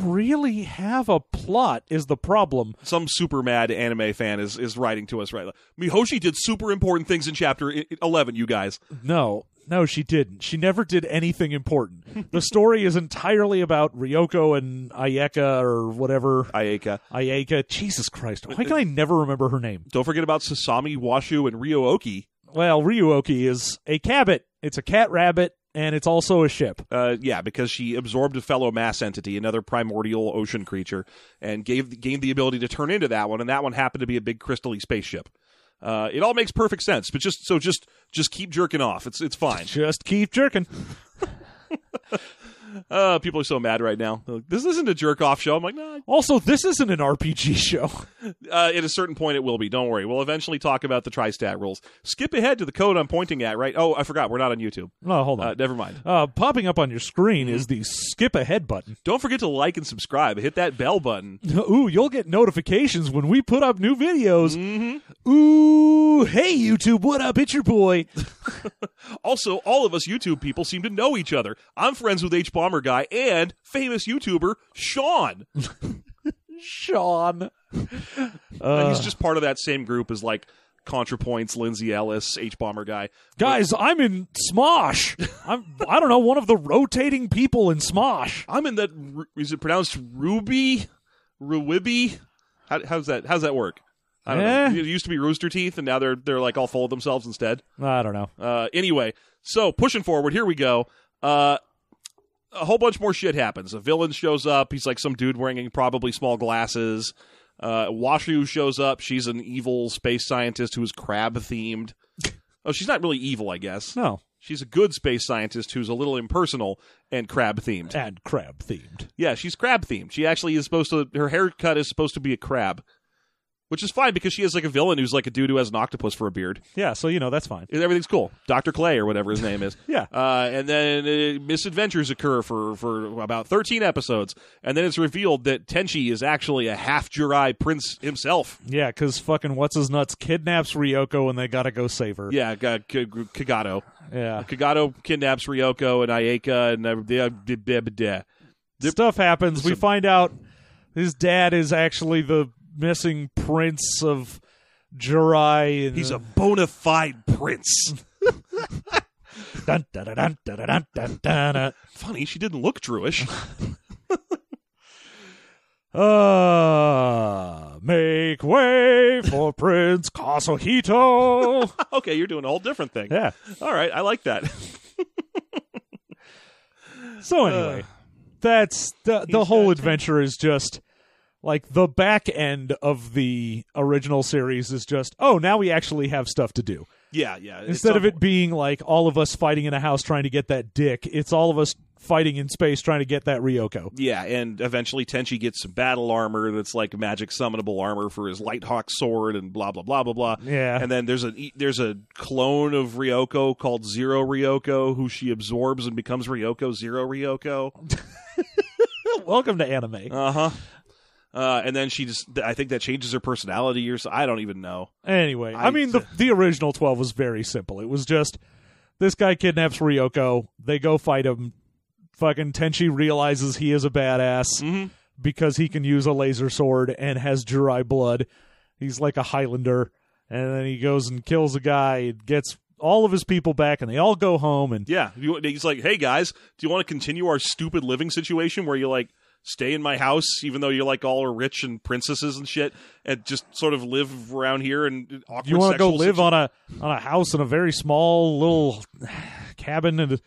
S2: really have a plot is the problem.
S1: Some super mad anime fan is, is writing to us right now. Mihoshi did super important things in chapter i- 11, you guys.
S2: No. No, she didn't. She never did anything important. the story is entirely about Ryoko and Ayeka or whatever.
S1: Ayaka.
S2: Ayeka. Jesus Christ. Why can I never remember her name?
S1: Don't forget about Sasami, Washu, and Ryooki.
S2: Well, Ryuoki is a cabot. It's a cat rabbit, and it's also a ship.
S1: Uh, yeah, because she absorbed a fellow mass entity, another primordial ocean creature, and gave gained the ability to turn into that one, and that one happened to be a big crystally spaceship. Uh, it all makes perfect sense, but just so just just keep jerking off. It's it's fine.
S2: Just keep jerking.
S1: Uh, people are so mad right now. They're like, this isn't a jerk off show. I'm like, nah.
S2: Also, this isn't an RPG show.
S1: Uh, at a certain point, it will be. Don't worry. We'll eventually talk about the tri-stat rules. Skip ahead to the code I'm pointing at. Right? Oh, I forgot. We're not on YouTube.
S2: No, Oh, hold
S1: Uh,
S2: on.
S1: never mind.
S2: Uh, popping up on your screen is the skip ahead button.
S1: Don't forget to like and subscribe. Hit that bell button.
S2: Ooh, you'll get notifications when we put up new videos. Mm-hmm. Ooh, hey YouTube, what up? It's your boy.
S1: Also, all of us YouTube people seem to know each other. I'm friends with H Bomber Guy and famous YouTuber Sean.
S2: Sean.
S1: And Uh, he's just part of that same group as like ContraPoints, Lindsay Ellis, H Bomber Guy.
S2: Guys, I'm in Smosh. I'm I don't know, one of the rotating people in Smosh.
S1: I'm in that. Ru- Is it pronounced Ruby? Ruibi? How, how's that? How's that work? I don't
S2: Eh.
S1: know. It used to be rooster teeth, and now they're they're like all full of themselves instead.
S2: I don't know.
S1: Uh, anyway, so pushing forward, here we go. Uh, a whole bunch more shit happens. A villain shows up. He's like some dude wearing probably small glasses. Uh, Washu shows up. She's an evil space scientist who is crab themed. Oh, she's not really evil, I guess.
S2: No.
S1: She's a good space scientist who's a little impersonal and crab themed.
S2: And crab themed.
S1: Yeah, she's crab themed. She actually is supposed to. Her haircut is supposed to be a crab, which is fine because she has like a villain who's like a dude who has an octopus for a beard.
S2: Yeah, so you know that's fine.
S1: Everything's cool. Doctor Clay or whatever his name is.
S2: Yeah.
S1: Uh, and then uh, misadventures occur for for about thirteen episodes, and then it's revealed that Tenchi is actually a half Jirai prince himself.
S2: Yeah, because fucking what's his nuts kidnaps Ryoko and they gotta go save her.
S1: Yeah, uh, K- K- Kagato.
S2: Yeah.
S1: Kagato kidnaps Ryoko and Ayaka and uh, blah, blah, blah, blah.
S2: Stuff happens. We find out his dad is actually the missing prince of Jirai. And
S1: he's a bona fide prince.
S2: Dun, dun, dun, dun, dun, dun, dun, dun, dun.
S1: Funny, she didn't look Druish.
S2: Uh, make way for Prince Kazuhito.
S1: okay, you're doing a whole different thing.
S2: yeah.
S1: All right, I like that.
S2: So anyway, that's the the
S1: He's
S2: whole
S1: got-
S2: adventure is just like the back end of the original series is just oh now we actually have stuff to do
S1: yeah, yeah. it's
S2: instead of it
S1: something.
S2: being like all of us fighting in a house trying to get that dick it's all of us fighting in space trying to get that ryoko
S1: Yeah, and eventually Tenchi gets some battle armor that's like magic summonable armor for his Lighthawk sword and blah blah blah blah blah.
S2: Yeah.
S1: And then there's a there's a clone of Ryoko called Zero Ryoko who she absorbs and becomes Ryoko Zero Ryoko.
S2: welcome to anime
S1: Uh-huh. Uh and then she just I think that changes her personality or so I don't even know.
S2: anyway i,
S1: I-
S2: mean the, the original 12 was very simple it was just this guy kidnaps ryoko they go fight him fucking tenchi realizes he is a badass
S1: Mhm.
S2: because he can use a laser sword and has Jirai blood. He's like a Highlander. And then he goes and kills a guy, and gets all of his people back, and they all go home. And
S1: Yeah, You- he's like, "Hey guys, do you want to continue our stupid living situation where you like stay in my house even though you're like all are rich and princesses and shit and just sort of live around here and awkward
S2: you want to go
S1: sexual
S2: live on a on a house in a very small little cabin and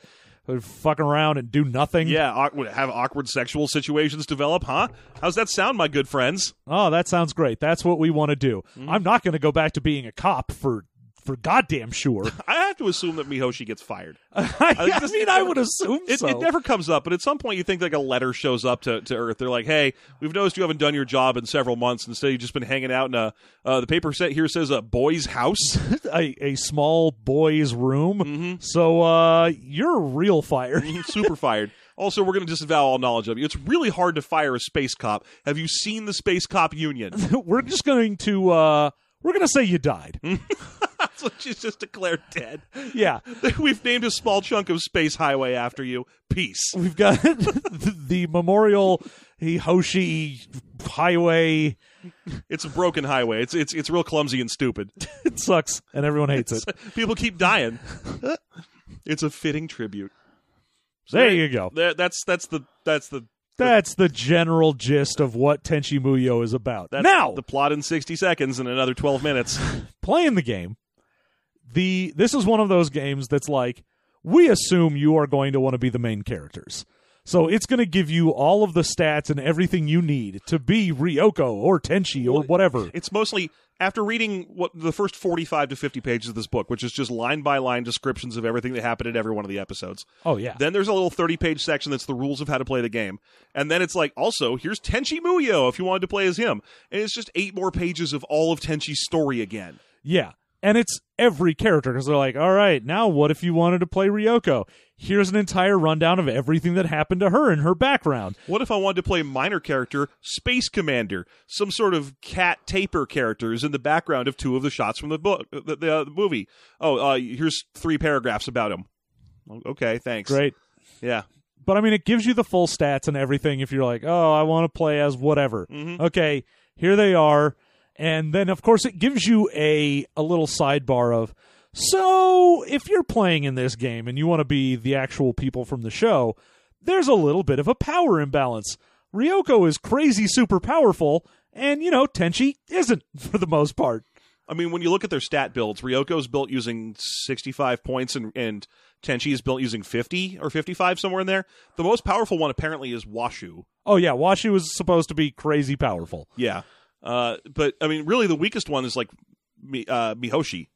S2: uh, fucking around and do nothing?
S1: Yeah, awkward, have awkward sexual situations develop, huh? How's that sound, my good friends? Mm-hmm.
S2: Oh, that sounds great. That's what we want to do. I'm not going to go back to being a cop for for goddamn sure.
S1: I have to assume that Mihoshi gets fired.
S2: I,
S1: I just-
S2: mean, I would assume
S1: It,
S2: so.
S1: it never comes up, but at some point you think like a letter shows up to, to Earth. They're like, "Hey, we've noticed you haven't done your job in several months. Instead, you've just been hanging out in a uh, the paper set here says a boy's house."
S2: a, a small boy's room.
S1: Mm-hmm.
S2: So uh, you're real fired.
S1: Super fired. Also, we're going to disavow all knowledge of you. It's really hard to fire a space cop. Have you seen the space cop union?
S2: we're just going to uh, we're going to say you died.
S1: so she's just declared dead.
S2: yeah,
S1: We've named a small chunk of space highway after you. Peace.
S2: we've got the, the memorial Hihoshi Highway.
S1: It's a broken highway. It's it's it's real clumsy and stupid.
S2: It sucks, and everyone hates it.
S1: People keep dying. it's a fitting tribute. So
S2: There you go.
S1: There, that's that's the that's the
S2: That's the general gist of what Tenchi Muyo is about.
S1: that's
S2: now,
S1: the plot in sixty seconds and another twelve minutes.
S2: playing the game, the this is one of those games that's like we assume you are going to want to be the main characters. So it's going to give you all of the stats and everything you need to be Ryoko or Tenchi or whatever.
S1: It's mostly after reading what the first 45 to 50 pages of this book, which is just line by line descriptions of everything that happened in every one of the episodes.
S2: Oh yeah.
S1: Then there's a little 30 page section that's the rules of how to play the game. And then it's like, also, here's Tenchi Muyo if you wanted to play as him. And it's just eight more pages of all of Tenchi's story again.
S2: Yeah. And it's every character because they're like, all right, now what if you wanted to play Ryoko? Here's an entire rundown of everything that happened to her and her background.
S1: What if I wanted to play a minor character, Space Commander, some sort of cat taper character is in the background of two of the shots from the book, the, the, uh, the movie? Oh, uh, here's three paragraphs about him. Oh, Okay, thanks.
S2: Great.
S1: Yeah.
S2: But I mean, it gives you the full stats and everything if you're like, oh, I want to play as whatever. Okay, here they are. And then, of course, it gives you a, a little sidebar of so if you're playing in this game and you want to be the actual people from the show, there's a little bit of a power imbalance. Ryoko is crazy super powerful, and, you know, Tenchi isn't for the most part.
S1: I mean, when you look at their stat builds, Ryoko's built using 65 points and, and Tenchi is built using 50 or 55, somewhere in there. The most powerful one apparently is Washu.
S2: Oh, yeah, Washi was supposed to be crazy powerful.
S1: Yeah. Uh, but, I mean, really the weakest one is like Mi- uh, Mihoshi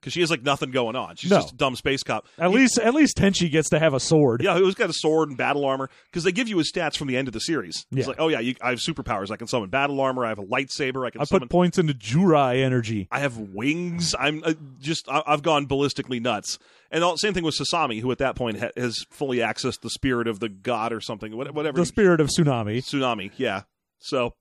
S1: because she has like nothing going on. She's
S2: No.
S1: just a dumb space cop.
S2: At least, at least Tenchi gets to have a sword.
S1: Yeah, who's got a sword and battle armor? Because they give you his stats from the end of the series.
S2: Yeah.
S1: It's like, oh yeah, you, I have superpowers. I can summon battle armor. I have a lightsaber. I can
S2: I
S1: summon.
S2: put points into Jurai energy.
S1: I have wings. I'm uh, just I, I've gone ballistically nuts. And all, same thing with Sasami, who at that point ha- has fully accessed the spirit of the god or something, what- whatever
S2: the spirit of tsunami.
S1: tsunami. Yeah. So,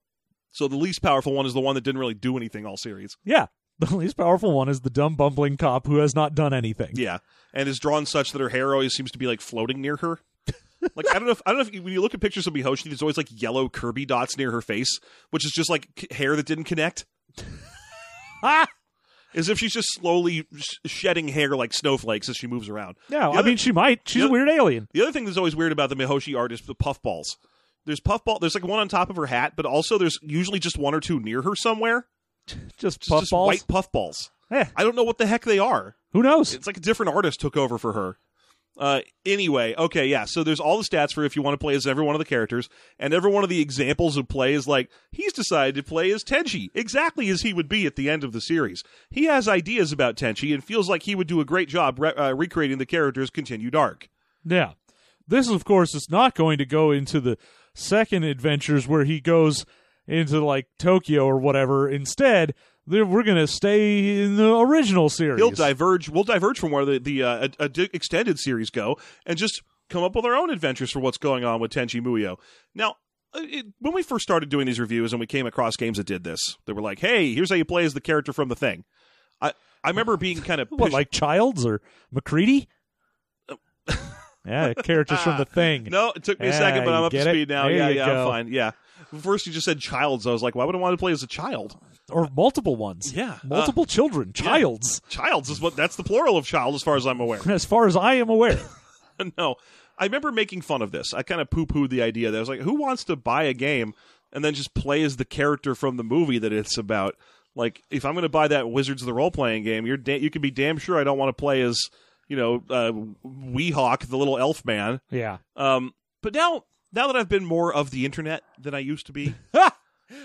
S1: so the least powerful one is the one that didn't really do anything all series.
S2: Yeah, the least powerful one is the dumb bumbling cop who has not done anything.
S1: Yeah, and is drawn such that her hair always seems to be like floating near her. Like I don't know if I don't know if you- when you look at pictures of Mihoshi, there's always like yellow Kirby dots near her face, which is just like c- hair that didn't connect,
S2: Ah!
S1: as if she's just slowly sh- shedding hair like snowflakes as she moves around.
S2: No,
S1: The
S2: I
S1: other-
S2: mean she might. She's
S1: the
S2: a weird alien.
S1: The other thing that's always weird about the Mihoshi art is the puffballs. There's puffball. There's like one on top of her hat, but also there's usually just one or two near her somewhere.
S2: Just
S1: Just, just
S2: puffballs.
S1: white puffballs.
S2: Eh,
S1: I don't know what the heck they are.
S2: who knows?
S1: It's like a different artist took over for her. Uh, anyway, okay, yeah. So there's all the stats for if you want to play as every one of the characters, and every one of the examples of play is like he's decided to play as Tenchi exactly as he would be at the end of the series. He has ideas about Tenchi and feels like he would do a great job re- uh, recreating the character's continued arc.
S2: Yeah, this of course is not going to go into the second adventures where he goes into like Tokyo or whatever. Instead, there- we're going to stay in the original series.
S1: He'll diverge. We'll diverge from where the the uh, ad- ad- extended series go, and just come up with our own adventures for what's going on with Tenchi Muyo. Now, uh, it, when we first started doing these reviews, and we came across games that did this, they were like, "Hey, here's how you play as the character from the thing." I I remember being kind of
S2: what like Childs or McCready? yeah, characters from the thing.
S1: Ah, No, it took me a
S2: Ah,
S1: second, but I'm
S2: you
S1: up to
S2: get it?
S1: speed now.
S2: There
S1: yeah,
S2: you
S1: yeah, I'm
S2: go.
S1: fine. Yeah. First, you just said childs. I was like, why would I want to play as a child?
S2: or multiple ones.
S1: Yeah.
S2: multiple children, childs.
S1: Childs is what that's the plural of child, as far as I'm aware.
S2: As far as I am aware,
S1: no. I remember making fun of this. I kind of poo pooed the idea that I was like, who wants to buy a game and then just play as the character from the movie that it's about? Like, if I'm going to buy that Wizards of the Role Playing game, you're da- you can be damn sure I don't want to play as, you know, uh, Weehawk, the little elf man.
S2: yeah.
S1: Um, but now, now that I've been more of the internet than I used to be,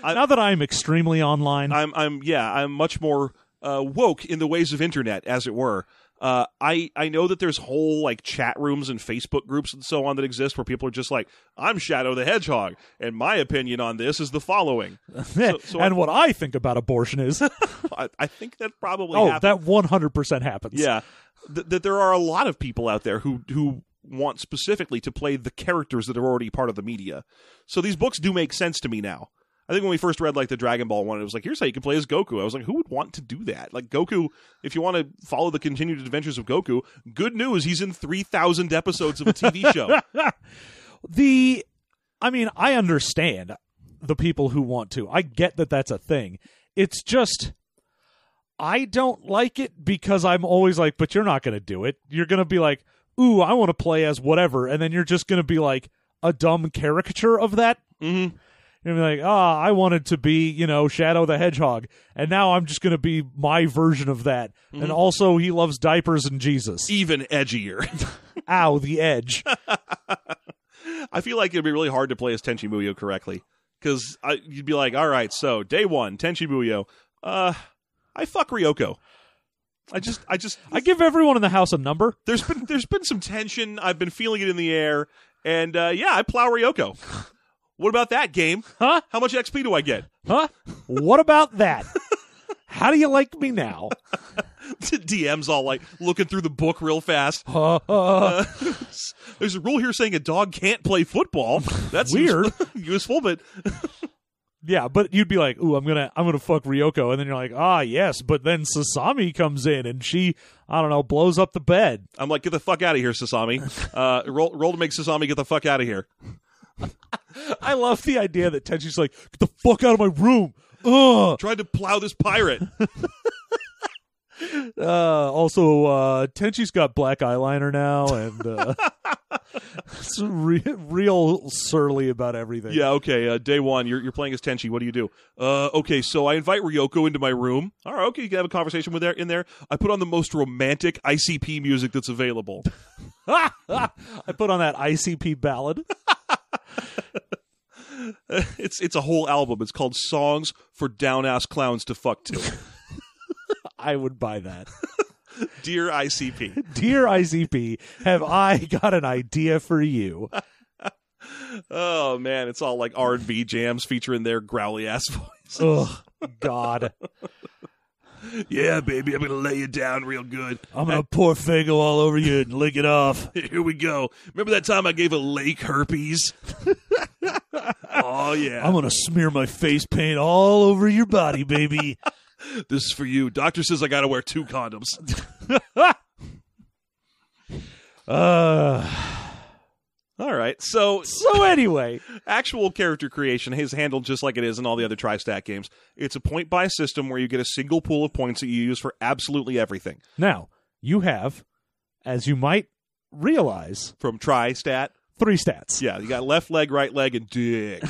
S2: now that I'm extremely online,
S1: I'm, I'm, yeah, I'm much more uh, woke in the ways of internet, as it were. Uh, I I know that there's whole like chat rooms and Facebook groups and so on that exist where people are just like, I'm Shadow the Hedgehog, and my opinion on this is the following. so
S2: and
S1: I-
S2: what I think about abortion is,
S1: I, I think that probably
S2: oh,
S1: happened.
S2: that 100% happens.
S1: Yeah, Th- that there are a lot of people out there who who want specifically to play the characters that are already part of the media. So these books do make sense to me now. I think when we first read like the Dragon Ball one, it was like, here's how you can play as Goku. I was like, who would want to do that? Like Goku, if you want to follow the continued adventures of Goku, good news, he's in three thousand episodes of a TV show.
S2: the i mean i understand the people who want to i get that that's a thing it's just i don't like it because i'm always like but you're not going to do it you're going to be like ooh i want to play as whatever and then you're just going to be like a dumb caricature of that
S1: hmm
S2: you're gonna be like ah i wanted to be you know shadow the hedgehog and now i'm just going to be my version of that and also he loves diapers and jesus
S1: Even edgier.
S2: ow the edge
S1: I feel like it'd be really hard to play as Tenchi Muyo correctly because you'd be like, all right, so day one, Tenchi Muyo, uh, I fuck Ryoko. I just, I just,
S2: i give everyone in the house a number
S1: there's been there's been some tension. I've been feeling it in the air, and uh, yeah, I plow Ryoko. What about that game?
S2: huh
S1: How much XP do I get?
S2: Huh? What about that? How do you like me now?
S1: DM's all like looking through the book real fast.
S2: Uh, uh,
S1: There's a rule here saying a dog can't play football. That's
S2: Weird.
S1: useful, useful but
S2: yeah, but you'd be like, "Ooh, I'm gonna, I'm gonna fuck Ryoko," and then you're like, "Ah, yes," but then Sasami comes in and she, I don't know, blows up the bed.
S1: I'm like, get the fuck out of here, Sasami. Uh, roll, roll to make Sasami get the fuck out of here.
S2: I love the idea that Tenchi's like, "Get the fuck out of my room!" Ugh.
S1: tried to plow this pirate.
S2: Uh, also, uh, Tenchi's got black eyeliner now, and uh, it's re- real surly about everything.
S1: yeah, okay. Uh, day one, you're, you're playing as Tenchi. What do you do? Uh, okay, so I invite Ryoko into my room. All right, okay, you can have a conversation with her in there. I put on the most romantic ICP music that's available.
S2: I put on that ICP ballad.
S1: it's it's a whole album. It's called Songs for Down Ass Clowns to Fuck to.
S2: I would buy that.
S1: Dear ICP.
S2: Dear ICP, have I got an idea for you?
S1: Oh man, it's all like R and B jams featuring their growly ass voice.
S2: Ugh, God.
S1: yeah, baby, I'm gonna lay you down real good.
S2: I'm going to pour Fago all over you and lick it off.
S1: Here we go. Remember that time I gave a lake herpes? oh yeah.
S2: I'm going to smear my face paint all over your body, baby.
S1: This is for you. Doctor says I gotta wear two condoms.
S2: Uh,
S1: all right. So
S2: so, anyway,
S1: actual character creation is handled just like it is in all the other tri-stack games. It's a point buy system where you get a single pool of points that you use for absolutely everything.
S2: now you have, as you might realize,
S1: From tri-stat,
S2: three stats.
S1: yeah, you got left leg, right leg, and dick.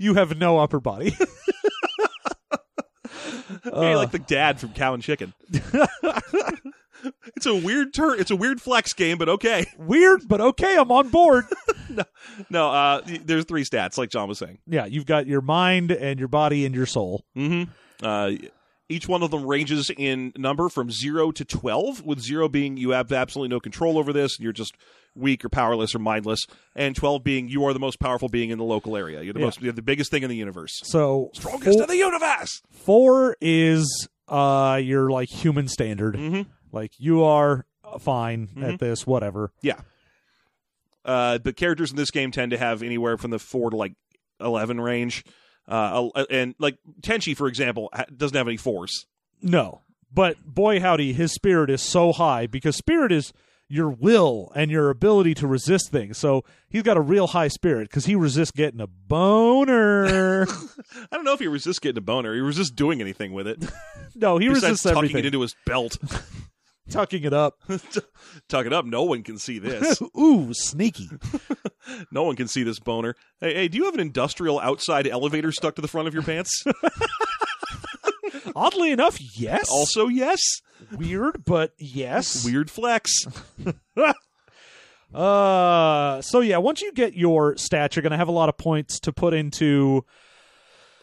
S2: You have no upper body.
S1: Hey, like the dad from Cow and Chicken. it's a weird turn. It's a weird flex game, but okay.
S2: Weird, but okay, I'm on board.
S1: No, uh, y- there's three stats, like John was saying.
S2: yeah, you've got your mind and your body and your soul.
S1: Mm-hmm. Uh, each one of them ranges in number from zero to twelve, with zero being you have absolutely no control over this, and you're just weak or powerless or mindless, and twelve being you are the most powerful being in the local area. You're the
S2: Yeah.
S1: most, you're the biggest thing in the universe,
S2: So,
S1: strongest
S2: four-
S1: in the universe.
S2: Four is uh your like human standard.
S1: Mhm.
S2: Like you are uh, fine at this, whatever.
S1: Yeah. Uh, the characters in this game tend to have anywhere from the four to like eleven range. Uh, el- and like Tenchi, for example, ha- doesn't have any fours.
S2: No. But boy howdy, his spirit is so high because spirit is your will and your ability to resist things. So he's got a real high spirit because he resists getting a boner.
S1: I don't know if he resists getting a boner. He resists doing anything with it.
S2: no, he
S1: Besides
S2: resists
S1: tucking
S2: everything.
S1: it into his belt.
S2: tucking it up.
S1: Tuck it up. No one can see this.
S2: Ooh, sneaky.
S1: no one can see this boner. Hey, hey, do you have an industrial outside elevator stuck to the front of your pants?
S2: Oddly enough, yes.
S1: also, yes.
S2: weird, but yes.
S1: Weird flex.
S2: Uh, so yeah, once you get your stats, you're going to have a lot of points to put into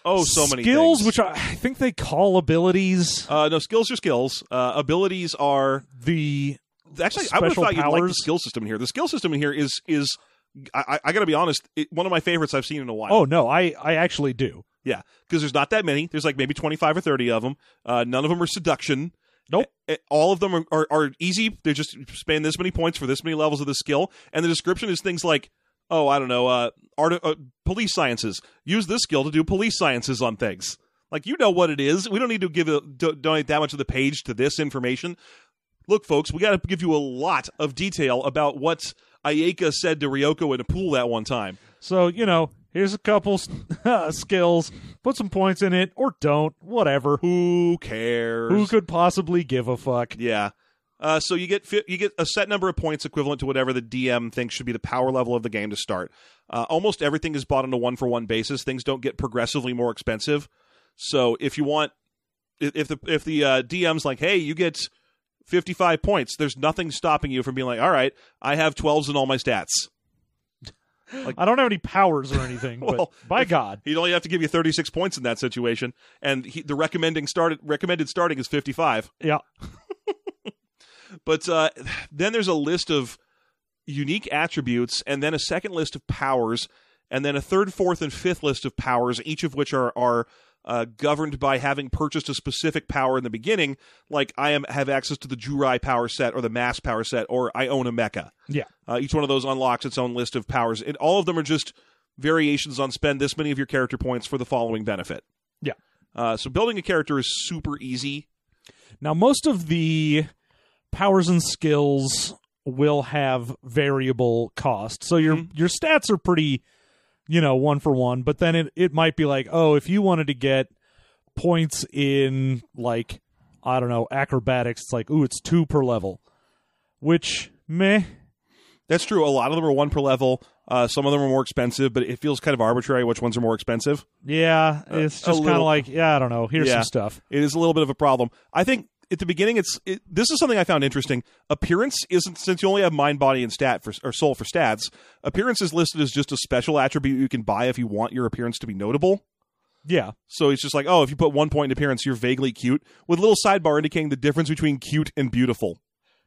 S1: oh so many
S2: skills,
S1: things.
S2: which I, I think they call abilities.
S1: uh, no skills are skills. Uh, abilities are
S2: The
S1: actually. I would have
S2: Special
S1: thought you'd like the
S2: powers?
S1: skill system in here. The skill system in here is is I, I, I got to be honest, it, one of my favorites I've seen in a while.
S2: oh no, I I actually do.
S1: Yeah, because there's not that many. There's like maybe 25 or 30 of them. Uh, none of them are seduction.
S2: Nope.
S1: Eh, eh, All of them are, are, are easy. They just spend this many points for this many levels of the skill. And the description is things like, oh, I don't know, uh, art, uh, police sciences. Use this skill to do police sciences on things. Like, you know what it is. We don't need to give a, do, donate that much of the page to this information. Look, folks, we got to give you a lot of detail about what Ayaka said to Ryoko in a pool that one time.
S2: So you know, here's a couple s- uh, skills. Put some points in it, or don't. Whatever.
S1: Who cares?
S2: Who could possibly give a fuck?
S1: Yeah. Uh, so you get fi- you get a set number of points equivalent to whatever the DM thinks should be the power level of the game to start. Uh, almost everything is bought on a one for one basis. Things don't get progressively more expensive. So if you want, i- if the if the uh, DM's like, hey, you get fifty five points, there's nothing stopping you from being like, all right, I have twelves in all my stats.
S2: I don't have any powers or anything,
S1: Well,
S2: but by God,
S1: He'd only have to give you thirty six points in that situation, and he, the recommending started recommended starting is fifty five.
S2: yeah.
S1: But uh, then there's a list of unique attributes, and then a second list of powers, and then a third, fourth, and fifth list of powers, each of which are are uh, governed by having purchased a specific power in the beginning. Like I am have access to the Jurai power set, or the Mass power set, or I own a mecha.
S2: Yeah.
S1: Uh, each one of those unlocks its own list of powers, and all of them are just variations on spend this many of your character points for the following benefit.
S2: Yeah.
S1: Uh, so building a character is super easy.
S2: Now, most of the powers and skills will have variable cost, so your
S1: Mm-hmm.
S2: your stats are pretty, you know, one for one. But then it it might be like, oh, if you wanted to get points in like I don't know acrobatics, it's like, ooh, it's two per level, which meh.
S1: That's true. A lot of them are one per level. Uh, some of them are more expensive, but it feels kind of arbitrary which ones are more expensive.
S2: Yeah, it's
S1: Uh, a
S2: just kind of
S1: little-
S2: like, yeah, I don't know. Here's
S1: Yeah.
S2: some stuff.
S1: It is a little bit of a problem. I think at the beginning, it's it, this is something I found interesting. Appearance isn't since you only have mind, body, and stat for or soul for stats. Appearance is listed as just a special attribute you can buy if you want your appearance to be notable.
S2: Yeah,
S1: So it's just like, oh, if you put one point in appearance, you're vaguely cute, with a little sidebar indicating the difference between cute and beautiful.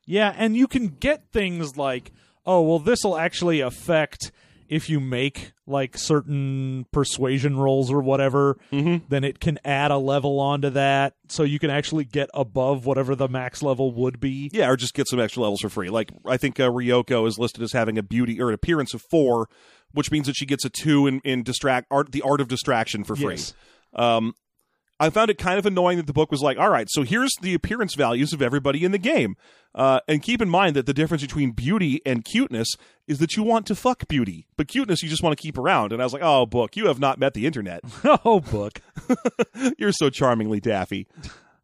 S2: Yeah, and you can get things like, oh, well, this will actually affect if you make like certain persuasion rolls or whatever,
S1: Mm-hmm.
S2: then it can add a level onto that. So you can actually get above whatever the max level would be.
S1: Yeah, or just get some extra levels for free. Like I think uh, Ryoko is listed as having a beauty or an appearance of four, which means that she gets a two in, in distract art, the art of distraction for free.
S2: Yes.
S1: Um, I found it kind of annoying that the book was like, all right, so here's the appearance values of everybody in the game, uh, and keep in mind that the difference between beauty and cuteness is that you want to fuck beauty, but cuteness you just want to keep around. And I was like, oh, book, you have not met the internet.
S2: oh, book.
S1: You're so charmingly daffy.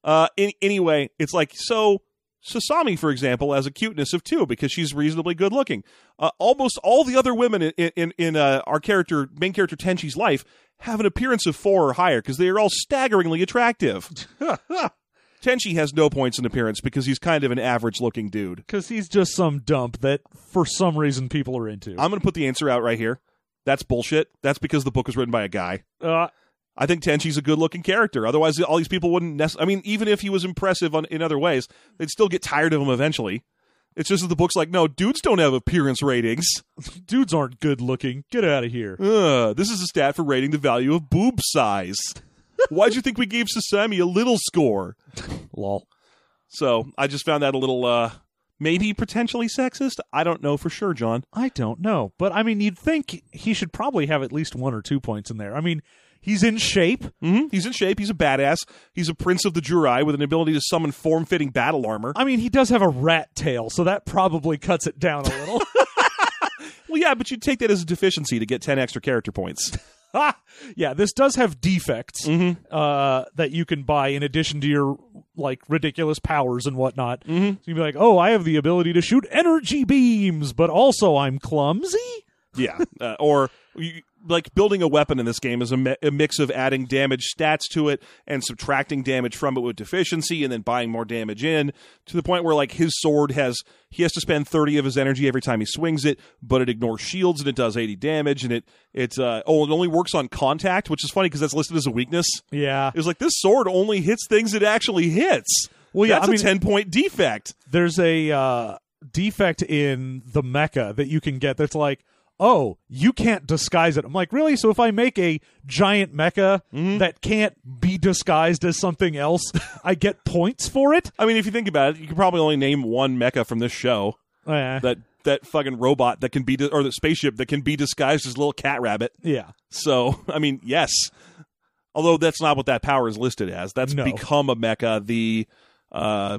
S1: Uh, in, anyway, it's like so. Sasami, for example, has a cuteness of two because she's reasonably good looking. Uh, almost all the other women in in, in uh, our character main character Tenchi's life have an appearance of four or higher because they are all staggeringly attractive. Tenchi has no points in appearance because he's kind of an average looking dude.
S2: Because he's just some dump that for some reason people are into.
S1: I'm going to put the answer out right here. That's bullshit. That's because the book was written by a guy.
S2: Uh,
S1: I think Tenchi's a good-looking character. Otherwise, all these people wouldn't. Nec- I mean, even if he was impressive on, in other ways, they'd still get tired of him eventually. It's just that the book's like, no, dudes don't have appearance ratings.
S2: dudes aren't good looking. Get out of here.
S1: Ugh, this is a stat for rating the value of boob size. Why'd you think we gave Sasami a little score?
S2: Lol.
S1: So I just found that a little, uh, maybe potentially sexist. I don't know for sure, John.
S2: I don't know, but I mean, you'd think he should probably have at least one or two points in there. I mean, he's in shape.
S1: hmm He's in shape. He's a badass. He's a prince of the Jurai with an ability to summon form-fitting battle armor.
S2: I mean, he does have a rat tail, so that probably cuts it down a little.
S1: Well, yeah, but you take that as a deficiency to get ten extra character points.
S2: Ha! yeah, this does have defects uh, that you can buy in addition to your like ridiculous powers and whatnot. So you'd be like, "Oh, I have the ability to shoot energy beams, but also I'm clumsy."
S1: Yeah, uh, or you, like building a weapon in this game is a, mi- a mix of adding damage stats to it and subtracting damage from it with deficiency and then buying more damage in to the point where like his sword has he has to spend 30 of his energy every time he swings it but it ignores shields and it does 80 damage and it it's uh oh it only works on contact which is funny because that's listed as a weakness
S2: Yeah.
S1: it was like this sword only hits things it actually hits
S2: Well, yeah,
S1: that's
S2: I mean-
S1: a 10 point defect
S2: there's a uh, defect in the mecha that you can get that's like oh you can't disguise it i'm like really so if i make a giant mecha
S1: Mm-hmm.
S2: that can't be disguised as something else i get points for it
S1: i mean if you think about it you can probably only name one mecha from this show
S2: Eh,
S1: that that fucking robot that can be di- or the spaceship that can be disguised as a little cat rabbit.
S2: yeah
S1: So I mean, yes. Although that's not what that power is listed as. That's
S2: No.
S1: become a mecha. The uh,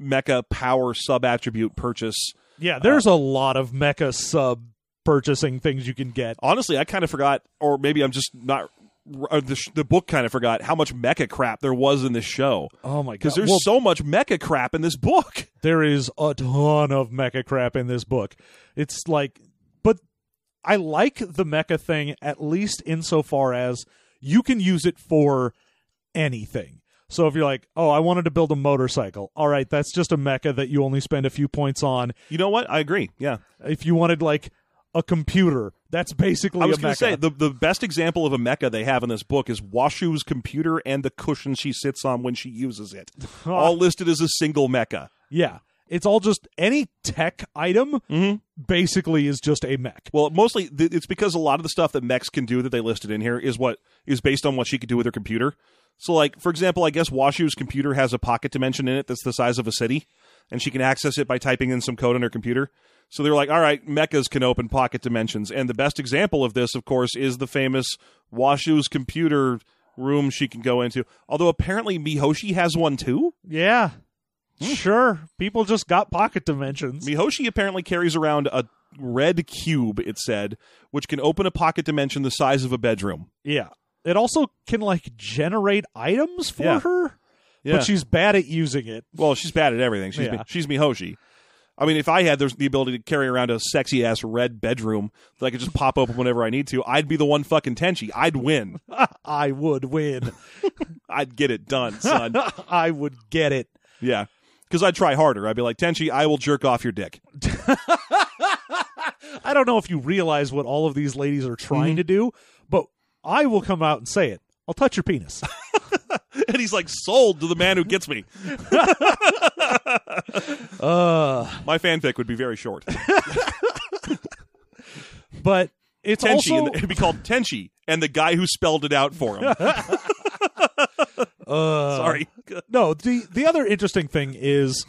S1: mecha power sub attribute purchase.
S2: yeah there's
S1: Uh,
S2: a lot of mecha sub purchasing things you can get
S1: Honestly, I kind of forgot, or maybe I'm just not. Or the, sh- the book kind of forgot how much mecha crap there was in this show
S2: oh my god
S1: because there's
S2: Well,
S1: so much mecha crap in this book.
S2: there is a ton of mecha crap in this book. It's like, but I like the mecha thing at least insofar as you can use it for anything. So if you're like, oh, I wanted to build a motorcycle, all right, that's just a mecha that you only spend a few points on.
S1: You know what? I agree. Yeah,
S2: If you wanted like a computer, that's basically
S1: I was
S2: a
S1: going
S2: mecha.
S1: to say the the best example of a mecha they have in this book is Washu's computer and the cushion she sits on when she uses it, all listed as a single mecha.
S2: yeah, it's all just any tech item
S1: Mm-hmm.
S2: basically is just a mech.
S1: Well, mostly th- it's because a lot of the stuff that mechs can do that they listed in here is what is based on what she could do with her computer. So, like for example, I guess Washu's computer has a pocket dimension in it that's the size of a city, and she can access it by typing in some code on her computer. So they were like, "All right, mechas can open pocket dimensions." And the best example of this, of course, is the famous Washu's computer room she can go into. Although apparently Mihoshi has one too.
S2: Yeah.
S1: Hmm.
S2: Sure. People just got pocket dimensions.
S1: Mihoshi apparently carries around a red cube. It said, which can open a pocket dimension the size of a bedroom.
S2: Yeah. It also can like generate items for
S1: Yeah.
S2: her,
S1: Yeah.
S2: but she's bad at using it.
S1: Well, she's bad at everything. She's
S2: Yeah.
S1: she's Mihoshi. I mean, if I had there's the ability to carry around a sexy ass red bedroom that I could just pop open whenever I need to, I'd be the one fucking Tenchi. I'd win.
S2: I would win.
S1: I'd get it done, son.
S2: I would get it.
S1: yeah, because I'd try harder. I'd be like Tenchi, I will jerk off your dick.
S2: I don't know if you realize what all of these ladies are trying
S1: Mm-hmm.
S2: to do, but I will come out and say it. I'll touch your penis.
S1: And he's like sold to the man who gets me.
S2: uh,
S1: My fanfic would be very short. Tenchi,
S2: but it's
S1: and
S2: also
S1: the- it'd be called Tenchi and the guy who spelled it out for him.
S2: uh,
S1: Sorry.
S2: no the the other interesting thing is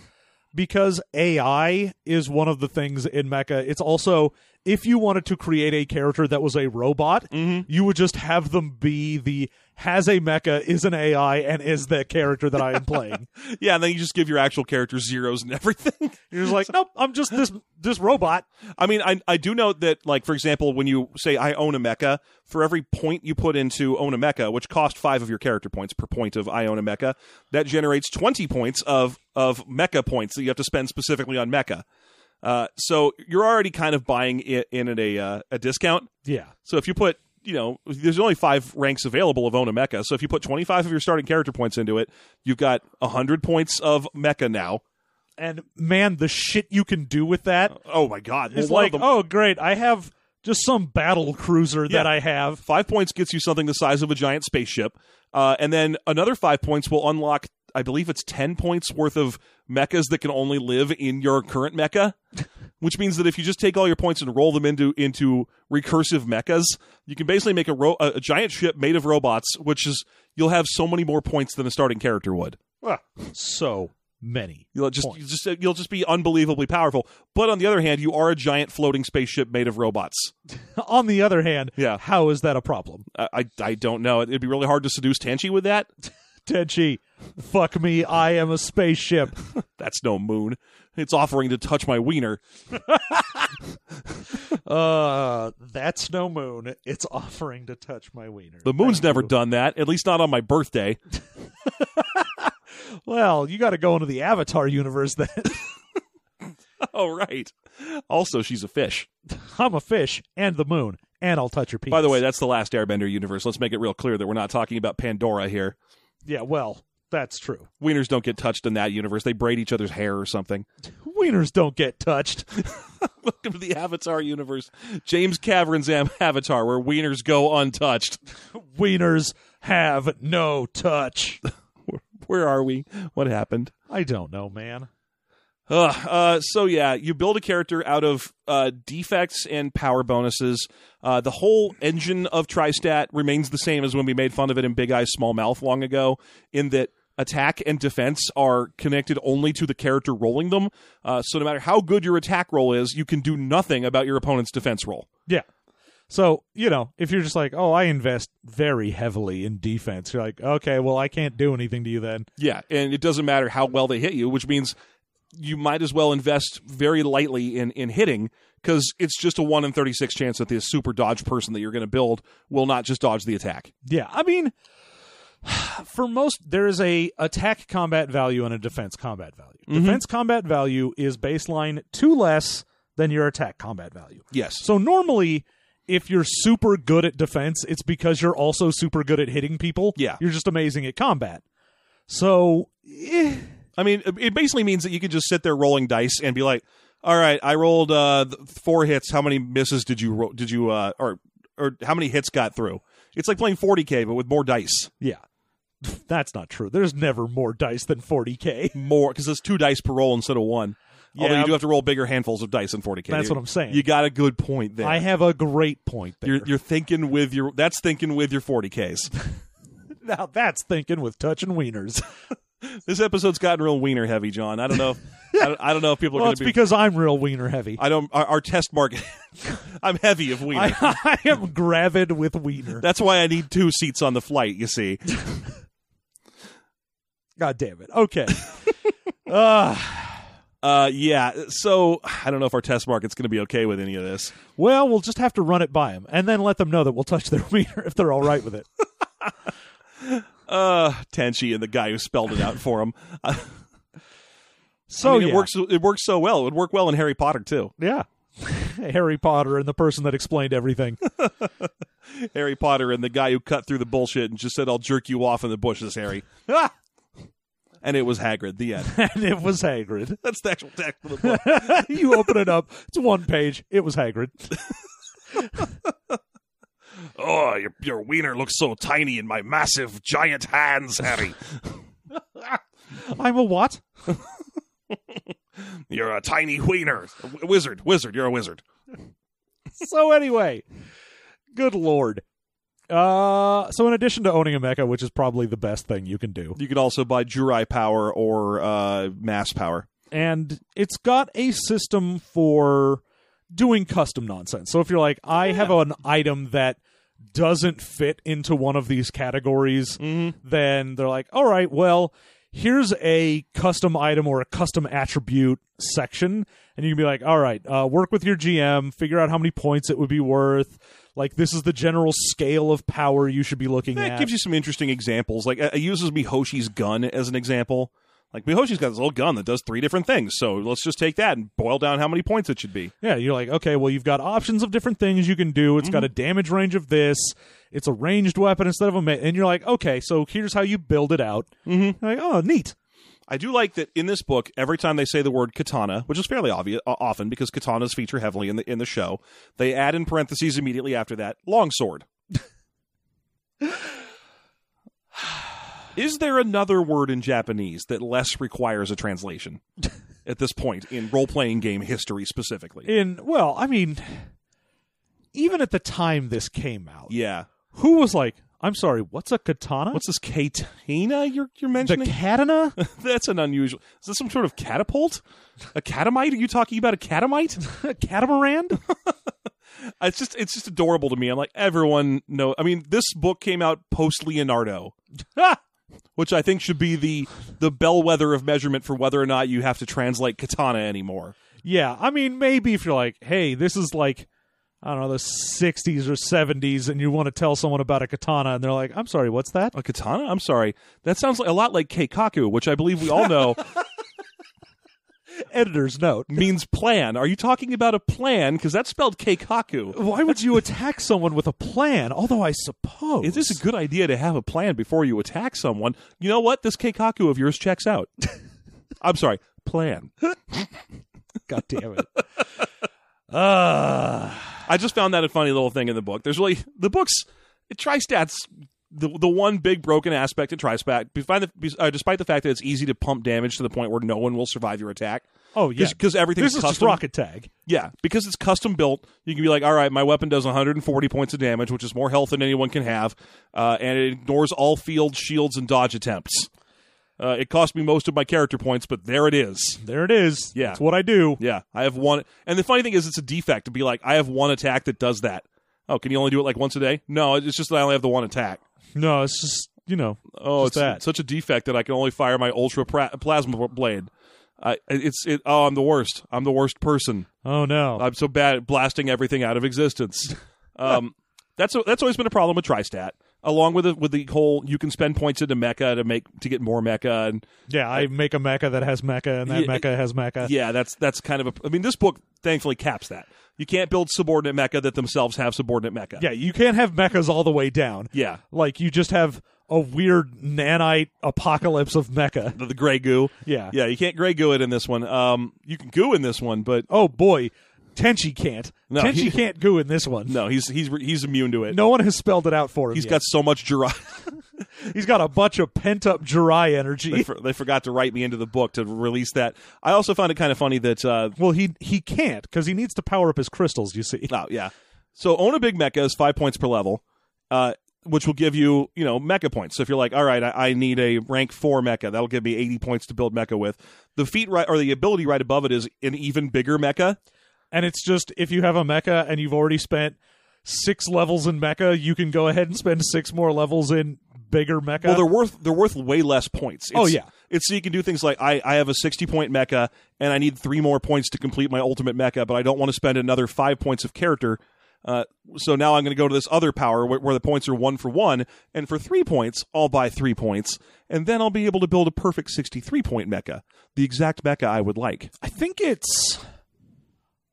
S2: because AI is one of the things in Mecha. It's also if you wanted to create a character that was a robot,
S1: Mm-hmm.
S2: you would just have them be the has a mecha, is an AI, and is the character that I am playing.
S1: Yeah, and then you just give your actual character zeros and everything.
S2: You're just like, nope, I'm just this this robot.
S1: I mean, I I do know that, like for example, when you say I own a mecha, for every point you put into own a mecha, which cost five of your character points per point of I own a mecha, that generates twenty points of of mecha points that you have to spend specifically on mecha. Uh, so you're already kind of buying it in at a uh, a discount.
S2: Yeah,
S1: So if you put, you know, there's only five ranks available of own a mecha. So if you put twenty five of your starting character points into it, you've got hundred points of mecha now.
S2: and man, the shit you can do with that
S1: Oh my god!
S2: is
S1: Well, one of
S2: like,
S1: them-
S2: oh great, I have just some battle cruiser
S1: Yeah.
S2: that I have.
S1: Five points gets you something the size of a giant spaceship, uh, and then another five points will unlock. I believe it's ten points worth of mechas that can only live in your current mecha, which means that if you just take all your points and roll them into into recursive mechas, you can basically make a ro- a, a giant ship made of robots, which is you'll have so many more points than a starting character would.
S2: So many.
S1: You'll just
S2: Points.
S1: you just you'll just be unbelievably powerful. But on the other hand, you are a giant floating spaceship made of robots.
S2: On the other hand,
S1: Yeah.
S2: how is that a problem?
S1: I I, I don't know. It'd be really hard to seduce Tanchi with that.
S2: Tenchi, fuck me, I am a spaceship.
S1: That's no moon. It's offering to touch my wiener.
S2: Uh, that's no moon. It's offering to touch my wiener.
S1: The moon's
S2: Thank
S1: never
S2: you.
S1: done that, at least not on my birthday.
S2: Well, you got to go into the Avatar universe then.
S1: Oh, right. Also, she's a fish.
S2: I'm a fish and the moon and I'll touch your penis.
S1: By the way, that's the last Airbender universe. Let's make it real clear that we're not talking about Pandora here.
S2: yeah, well, that's true.
S1: Wieners don't get touched in that universe. They braid each other's hair or something.
S2: Wieners don't get touched.
S1: Welcome to the Avatar universe, James Cameron's Am- Avatar, where wieners go untouched.
S2: Wieners have no touch.
S1: Where are we? What happened?
S2: I don't know, man.
S1: Ugh, uh, so yeah, you build a character out of uh, defects and power bonuses. Uh, the whole engine of Tristat remains the same as when we made fun of it in Big Eyes Small Mouth long ago, in that attack and defense are connected only to the character rolling them. Uh, so no matter how good your attack roll is, you can do nothing about your opponent's defense roll.
S2: Yeah. So, you know, if you're just like, oh, I invest very heavily in defense, you're like, okay, well, I can't do anything to you then.
S1: Yeah, and it doesn't matter how well they hit you, which means you might as well invest very lightly in in hitting because it's just a one in thirty six chance that the super dodge person that you're going to build will not just dodge the attack.
S2: Yeah. I mean, for most, there is a attack combat value and a defense combat value.
S1: Mm-hmm.
S2: Defense combat value is baseline two less than your attack combat value.
S1: Yes,
S2: So normally, if you're super good at defense, it's because you're also super good at hitting people.
S1: Yeah.
S2: You're just amazing at combat. So, eh,
S1: I mean it- it basically means that you could just sit there rolling dice and be like, "All right, I rolled uh, th- four hits. How many misses did you ro- did you uh, or or how many hits got through?" It's like playing 40k but with more dice,
S2: yeah. That's not true. There's never more dice than 40k.
S1: more because it's two dice per roll instead of one. Although
S2: Yeah.
S1: you do have to roll bigger handfuls of dice in 40k.
S2: That's
S1: You-
S2: what I'm saying.
S1: You got a good point there.
S2: I have a great point there.
S1: You're, you're thinking with your that's thinking with your 40ks.
S2: now that's thinking with touching wieners.
S1: this episode's gotten real wiener heavy, John. I don't know. If, I, don't, I don't know if people are
S2: well,
S1: going
S2: it's
S1: to be.
S2: because I'm real wiener heavy. I,
S1: I don't. Our, our test market. I'm heavy of wiener.
S2: I am gravid with wiener.
S1: that's why I need two seats on the flight. You see,
S2: God damn it. Okay. uh,
S1: uh, yeah. So I don't know if our test market's going to be okay with any of this.
S2: well, we'll just have to run it by them and then let them know that we'll touch their wiener if they're all right with it.
S1: Uh, Tenchi and the guy who spelled it out for him. I
S2: So
S1: mean,
S2: yeah.
S1: it works. It works so well. It would work well in Harry Potter too.
S2: Yeah. Harry Potter and the person that explained everything.
S1: Harry Potter and the guy who cut through the bullshit and just said, "I'll jerk you off in the bushes, Harry,"
S2: and
S1: and it was Hagrid. The end.
S2: it was Hagrid.
S1: That's the actual text of the book.
S2: you open it up, it's one page. It was Hagrid.
S1: Oh, your, your wiener looks so tiny in my massive, giant hands, Harry.
S2: I'm a what?
S1: You're a tiny wiener. W- wizard, wizard, you're a wizard.
S2: So anyway, good lord. Uh, so in addition to owning a mecha, which is probably the best thing you can do,
S1: You can also buy Jurai power or uh, mass power.
S2: and it's got a system for doing custom nonsense. So if you're like, I have an item that doesn't fit into one of these categories,
S1: Mm-hmm.
S2: then they're like, all right, well, here's a custom item or a custom attribute section. And you can be like, all right, uh, work with your GM, figure out how many points it would be worth. Like, this is the general scale of power you should be looking
S1: That
S2: at.
S1: gives you some interesting examples. Like, uh, it it uses Mihoshi's gun as an example. Like, Mihoshi's got this little gun that does three different things. So let's just take that and boil down how many points it should be.
S2: yeah, you're like, okay, well, you've got options of different things you can do. It's got a damage range of this. It's a ranged weapon instead of a. Ma- and you're like, okay, so here's how you build it out. Mm-hmm. Like, oh, neat.
S1: I do like that in this book. Every time they say the word katana, which is fairly obvious uh, often because katanas feature heavily in the in the show, they add in parentheses immediately after that longsword. is there another word in Japanese that less requires a translation at this point in role playing game history specifically?
S2: In well, I mean, even at the time this came out,
S1: Yeah.
S2: who was like, I'm sorry, what's a katana?
S1: What's this katana you're you're
S2: the
S1: mentioning?
S2: katana?
S1: That's an unusual. Is this some sort of catapult? A catamite? Are you talking about a catamite?
S2: A catamaran?
S1: it's just it's just adorable to me. I'm like everyone know. I mean, this book came out post Leonardo, which I think should be the the bellwether of measurement for whether or not you have to translate katana anymore.
S2: yeah, I mean, maybe if you're like, hey, this is like, I don't know, the 60s or 70s, and you want to tell someone about a katana, and they're like, I'm sorry, what's that?
S1: A katana? I'm sorry, that sounds like a lot like keikaku, which I believe we all know
S2: editor's note.
S1: means plan. Are you talking about a plan? Because that's spelled keikaku.
S2: Why would you attack someone with a plan? Although I suppose
S1: It is a good idea to have a plan before you attack someone. You know what? This keikaku of yours checks out. I'm sorry, plan.
S2: God damn it. Uh,
S1: I just found that a funny little thing in the book. There's really the books. It Tristat's the the one big broken aspect of Tristat, despite the, uh, despite the fact that it's easy to pump damage to the point where no one will survive your attack.
S2: oh yeah,
S1: because everything's
S2: this is just
S1: custom.
S2: rocket tag.
S1: Yeah, because it's custom built, you can be like, all right, my weapon does 140 points of damage, which is more health than anyone can have, uh, and it ignores all field shields and dodge attempts. Uh, it cost me most of my character points, but there it is.
S2: There it is.
S1: Yeah.
S2: that's what I do.
S1: Yeah, I have one. And the funny thing is, it's a defect to be like, I have one attack that does that. Oh, can you only do it like once a day? No, it's just that I only have the one attack.
S2: No, it's just you know.
S1: Oh,
S2: Just
S1: it's
S2: that.
S1: such a defect that I can only fire my ultra pra- plasma blade. I it's it. Oh, I'm the worst. I'm the worst person.
S2: Oh no.
S1: I'm so bad at blasting everything out of existence. Um, that's that's always been a problem with Tristat, along with the, with the whole you can spend points into mecha to make to get more mecha, and
S2: yeah, I make a mecha that has mecha, and that
S1: Yeah,
S2: mecha has mecha.
S1: yeah, that's that's kind of a. I mean, this book thankfully caps that. You can't build subordinate mecha that themselves have subordinate mecha.
S2: Yeah, you can't have mechas all the way down.
S1: yeah.
S2: Like you just have a weird nanite apocalypse of mecha.
S1: The, the gray goo.
S2: Yeah.
S1: yeah. You can't gray goo it in this one. Um, you can goo in this one, but
S2: Oh boy, Tenchi can't.
S1: No,
S2: Tenchi
S1: he-
S2: can't goo in this one.
S1: no, he's he's he's immune to it.
S2: No one has spelled it out for him.
S1: He's
S2: yet.
S1: got so much Jiraiya.
S2: he's got a bunch of pent up Jirai
S1: they,
S2: energy.
S1: for, they forgot to write me into the book to release that. I also found it kind of funny that uh,
S2: Well, he he can't because he needs to power up his crystals. You see,
S1: Oh yeah. So own a big mecha is five points per level, uh, which will give you you know mecha points. So if you're like, all right, I, I need a rank four mecha, that'll give me eighty points to build mecha with. The feat right or the ability right above it is an even bigger mecha.
S2: and it's just if you have a mecha and you've already spent six levels in mecha, you can go ahead and spend six more levels in bigger mecha.
S1: Well, they're worth they're worth way less points. It's,
S2: Oh, yeah.
S1: it's so you can do things like I I have a sixty point mecha and I need three more points to complete my ultimate mecha, but I don't want to spend another five points of character. Uh, so now I'm going to go to this other power where, where the points are one for one, and for three points, I'll buy three points, and then I'll be able to build a perfect sixty-three point mecha, the exact mecha I would like.
S2: I think it's.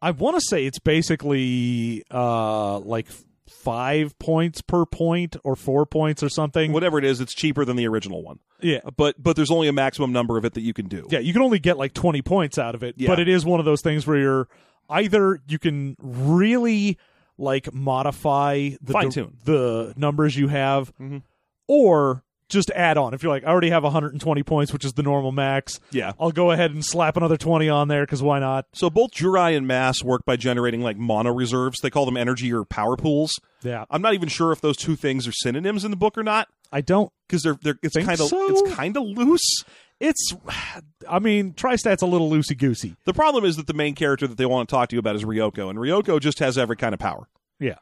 S2: I want to say it's basically uh like five points per point or four points or something.
S1: Whatever it is, it's cheaper than the original one,
S2: Yeah,
S1: but but there's only a maximum number of it that you can do.
S2: yeah. You can only get like twenty points out of it,
S1: Yeah.
S2: but it is one of those things where you're either you can really like modify the
S1: Fine-tune.
S2: the numbers you have,
S1: Mhm.
S2: or just add on. If you're like, I already have 120 points, which is the normal max.
S1: yeah.
S2: I'll go ahead and slap another 20 on there because why not?
S1: So both Jurai and Mass work by generating like mono reserves. They call them energy or power pools.
S2: Yeah,
S1: I'm not even sure if those two things are synonyms in the book or not
S2: I don't
S1: because they're they're it's
S2: Think
S1: kind of
S2: so?
S1: it's kind of loose.
S2: It's, I mean, Tristat's a little loosey goosey.
S1: The problem is that the main character that they want to talk to you about is Ryoko, and Ryoko just has every kind of power.
S2: Yeah.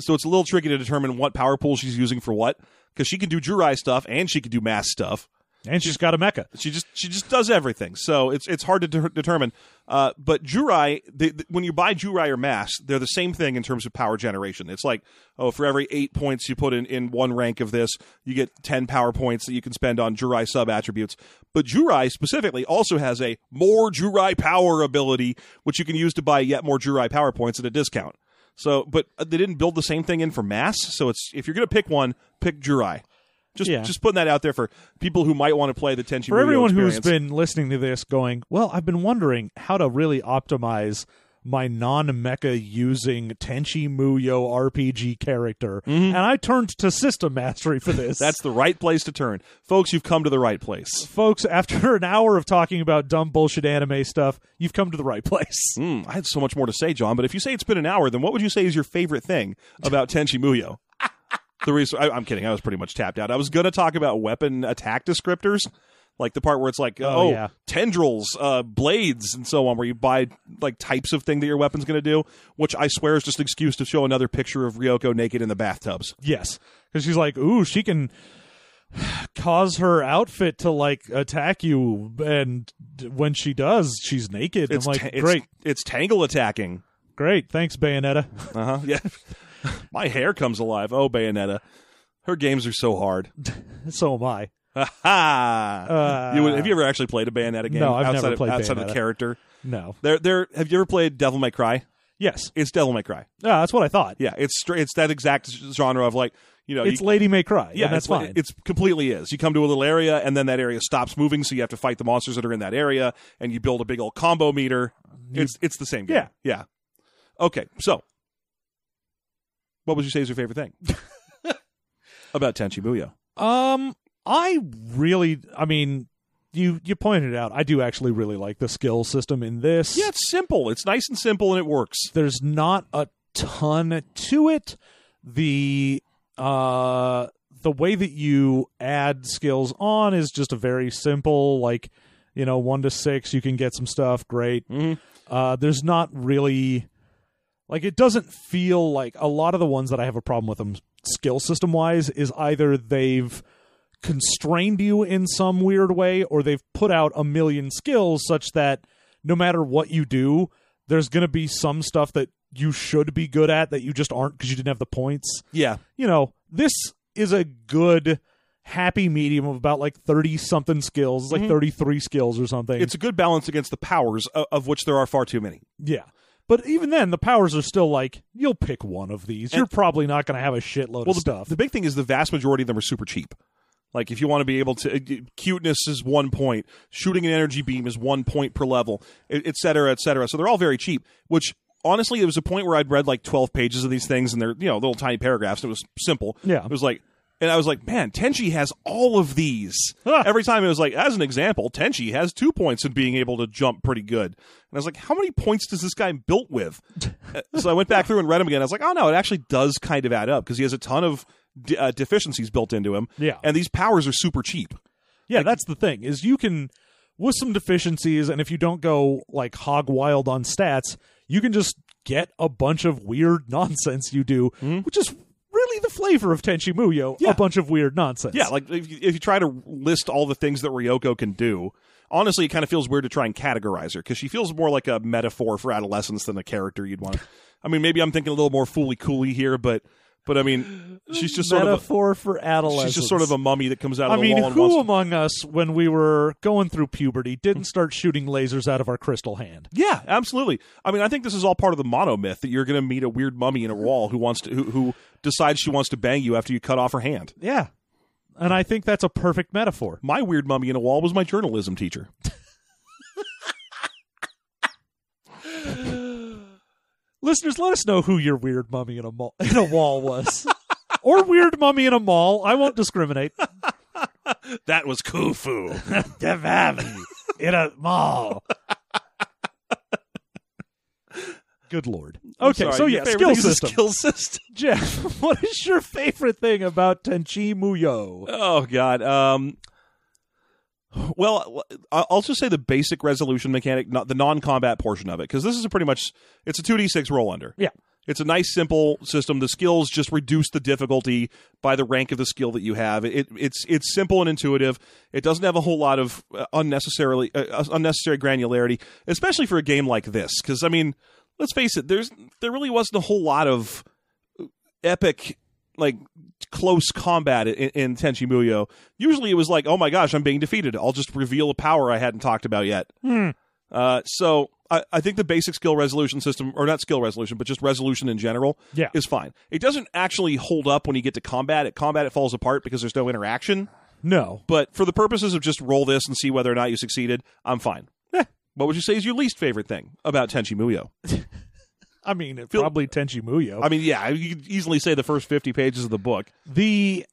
S1: So it's a little tricky to determine what power pool she's using for what because she can do Jurai stuff and she can do Mass stuff.
S2: And she's got a mecha.
S1: She just she just does everything. So it's it's hard to de- determine. Uh, but Jurai, they, th- when you buy Jurai or Mass, they're the same thing in terms of power generation. It's like oh, for every eight points you put in in one rank of this, you get ten power points that you can spend on Jurai sub attributes. But Jurai specifically also has a more Jurai power ability, which you can use to buy yet more Jurai power points at a discount. So, but uh, they didn't build the same thing in for Mass. So it's if you're gonna pick one, pick Jurai. Just,
S2: Yeah.
S1: just putting that out there for people who might want to play the Tenchi
S2: For
S1: Muyo
S2: everyone who's
S1: experience.
S2: been listening to this going, well, I've been wondering how to really optimize my non mecha using Tenchi Muyo RPG character. And I turned to system mastery for this.
S1: Mm-hmm. That's the right place to turn. Folks, you've come to the right place.
S2: Folks, after an hour of talking about dumb bullshit anime stuff, you've come to the right place.
S1: Hmm, I had so much more to say, John, but if you say it's been an hour, then what would you say is your favorite thing about Tenchi Muyo? the reason I, I'm kidding. I was pretty much tapped out. I was going to talk about weapon attack descriptors, like the part where it's like, uh, oh,
S2: Oh, yeah.
S1: tendrils, uh, blades, and so on, where you buy like types of thing that your weapon's going to do, which I swear is just an excuse to show another picture of Ryoko naked in the bathtubs.
S2: Yes, because she's like, ooh, she can cause her outfit to like attack you, and when she does, she's naked. I'm like,
S1: ta- it's-
S2: great,
S1: it's tangle attacking.
S2: great, thanks, Bayonetta.
S1: Uh huh. Yeah. My hair comes alive. Oh, Bayonetta. Her games are so hard.
S2: so am I.
S1: Ha ha!
S2: Uh,
S1: You would- have you ever actually played a Bayonetta game
S2: No, I've
S1: outside
S2: never
S1: of,
S2: played
S1: outside of the
S2: Bayonetta.
S1: character?
S2: No.
S1: There, there. Have you ever played Devil May Cry?
S2: Yes.
S1: It's Devil May Cry.
S2: Yeah, that's what I thought.
S1: Yeah, it's stra- it's that exact genre of like you know
S2: It's
S1: you,
S2: Lady May Cry.
S1: yeah
S2: and that's
S1: it's,
S2: fine.
S1: It's completely is. You come to a little area and then that area stops moving, so you have to fight the monsters that are in that area, and you build a big old combo meter. It's it's the same game.
S2: Yeah.
S1: yeah. Okay, so what would you say is your favorite thing about Tenchi Muyo?
S2: um, I really, I mean, you you pointed it out. I do actually really like the skill system in this.
S1: Yeah, it's simple. It's nice and simple, and it works.
S2: there's not a ton to it. The uh the way that you add skills on is just a very simple like you know 1 to 6 you can get some stuff great.
S1: Mhm.
S2: Uh there's not really like it doesn't feel like a lot of the ones that I have a problem with them skill system wise is either they've constrained you in some weird way or they've put out a million skills such that no matter what you do there's going to be some stuff that you should be good at that you just aren't because you didn't have the points
S1: Yeah,
S2: you know this is a good happy medium of about like 30 something skills it's like
S1: Mhm.
S2: 33 skills or something
S1: it's a good balance against the powers of, of which there are far too many.
S2: yeah but even then the powers are still like you'll pick one of these you're probably not going to have a shitload of
S1: the,
S2: stuff
S1: The big thing is the vast majority of them are super cheap. Like if you want to be able to, uh, cuteness is one point, shooting an energy beam is one point per level, e- et cetera, et cetera. So they're all very cheap. Which honestly, there was a point where I'd read like twelve pages of these things, and they're you know little tiny paragraphs. It was simple.
S2: Yeah.
S1: it was like. And I was like, man, Tenchi has all of these.
S2: Huh.
S1: Every time it was like, as an example, Tenchi has two points in being able to jump pretty good. And I was like, how many points does this guy built with? Uh, so I went back through and read him again. I was like, oh no, it actually does kind of add up because he has a ton of de- uh, deficiencies built into him.
S2: Yeah.
S1: and these powers are super cheap.
S2: Yeah, that's the thing is you can with some deficiencies, and if you don't go like hog wild on stats, you can just get a bunch of weird nonsense you do, which is really the flavor of Tenchi Muyo.
S1: Hmm? Yeah.
S2: A bunch of weird nonsense.
S1: Yeah, like if you, if you try to list all the things that Ryoko can do, honestly, it kind of feels weird to try and categorize her because she feels more like a metaphor for adolescence than a character you'd want. I mean, maybe I'm thinking a little more fooly cooly here, but but I mean, she's just sort of
S2: metaphor for
S1: a,
S2: adolescence.
S1: she's just sort of a mummy that comes out
S2: I
S1: of the
S2: mean,
S1: wall and wants
S2: who
S1: to
S2: among us, when we were going through puberty,
S1: Hmm.
S2: didn't start shooting lasers out of our crystal hand?
S1: Yeah, absolutely. I mean, I think this is all part of the mono myth that you're going to meet a weird mummy in a wall who wants to who, who decides she wants to bang you after you cut off her hand.
S2: Yeah, and I think that's a perfect metaphor.
S1: My weird mummy in a wall was my journalism teacher.
S2: Listeners, let us know who your weird mummy in a mall in a wall was. or weird mummy in a mall. I won't discriminate.
S1: That was Khufu.
S2: in a mall. Good lord. Okay,
S1: Sorry,
S2: so
S1: your
S2: yeah,
S1: favorite
S2: skill
S1: thing is the
S2: system.
S1: Skill system.
S2: Jeff, what is your favorite thing about Tenchi Muyo?
S1: Oh God. Um. Well, I- I'll just say the basic resolution mechanic, not the non-combat portion of it, because this is a pretty much it's a two d six roll under.
S2: Yeah.
S1: it's a nice simple system. The skills just reduce the difficulty by the rank of the skill that you have. It it's it's simple and intuitive. It doesn't have a whole lot of uh, unnecessarily uh, unnecessary granularity, especially for a game like this. Because I mean, let's face it, there's there really wasn't a whole lot of epic like close combat in, in Tenchi Muyo. Usually it was like, oh my gosh, I'm being defeated. I'll just reveal a power I hadn't talked about yet.
S2: Hmm.
S1: Uh, so I, I think the basic skill resolution system, or not skill resolution, but just resolution in general,
S2: Yeah.
S1: is fine. It doesn't actually hold up when you get to combat. At combat, it falls apart because there's no interaction.
S2: No.
S1: But for the purposes of just roll this and see whether or not you succeeded, I'm fine.
S2: Eh.
S1: What would you say is your least favorite thing about Tenchi Muyo?
S2: I mean, it
S1: Feel-
S2: probably Tenchi Muyo.
S1: I mean, yeah, you could easily say the first 50 pages of the book.
S2: the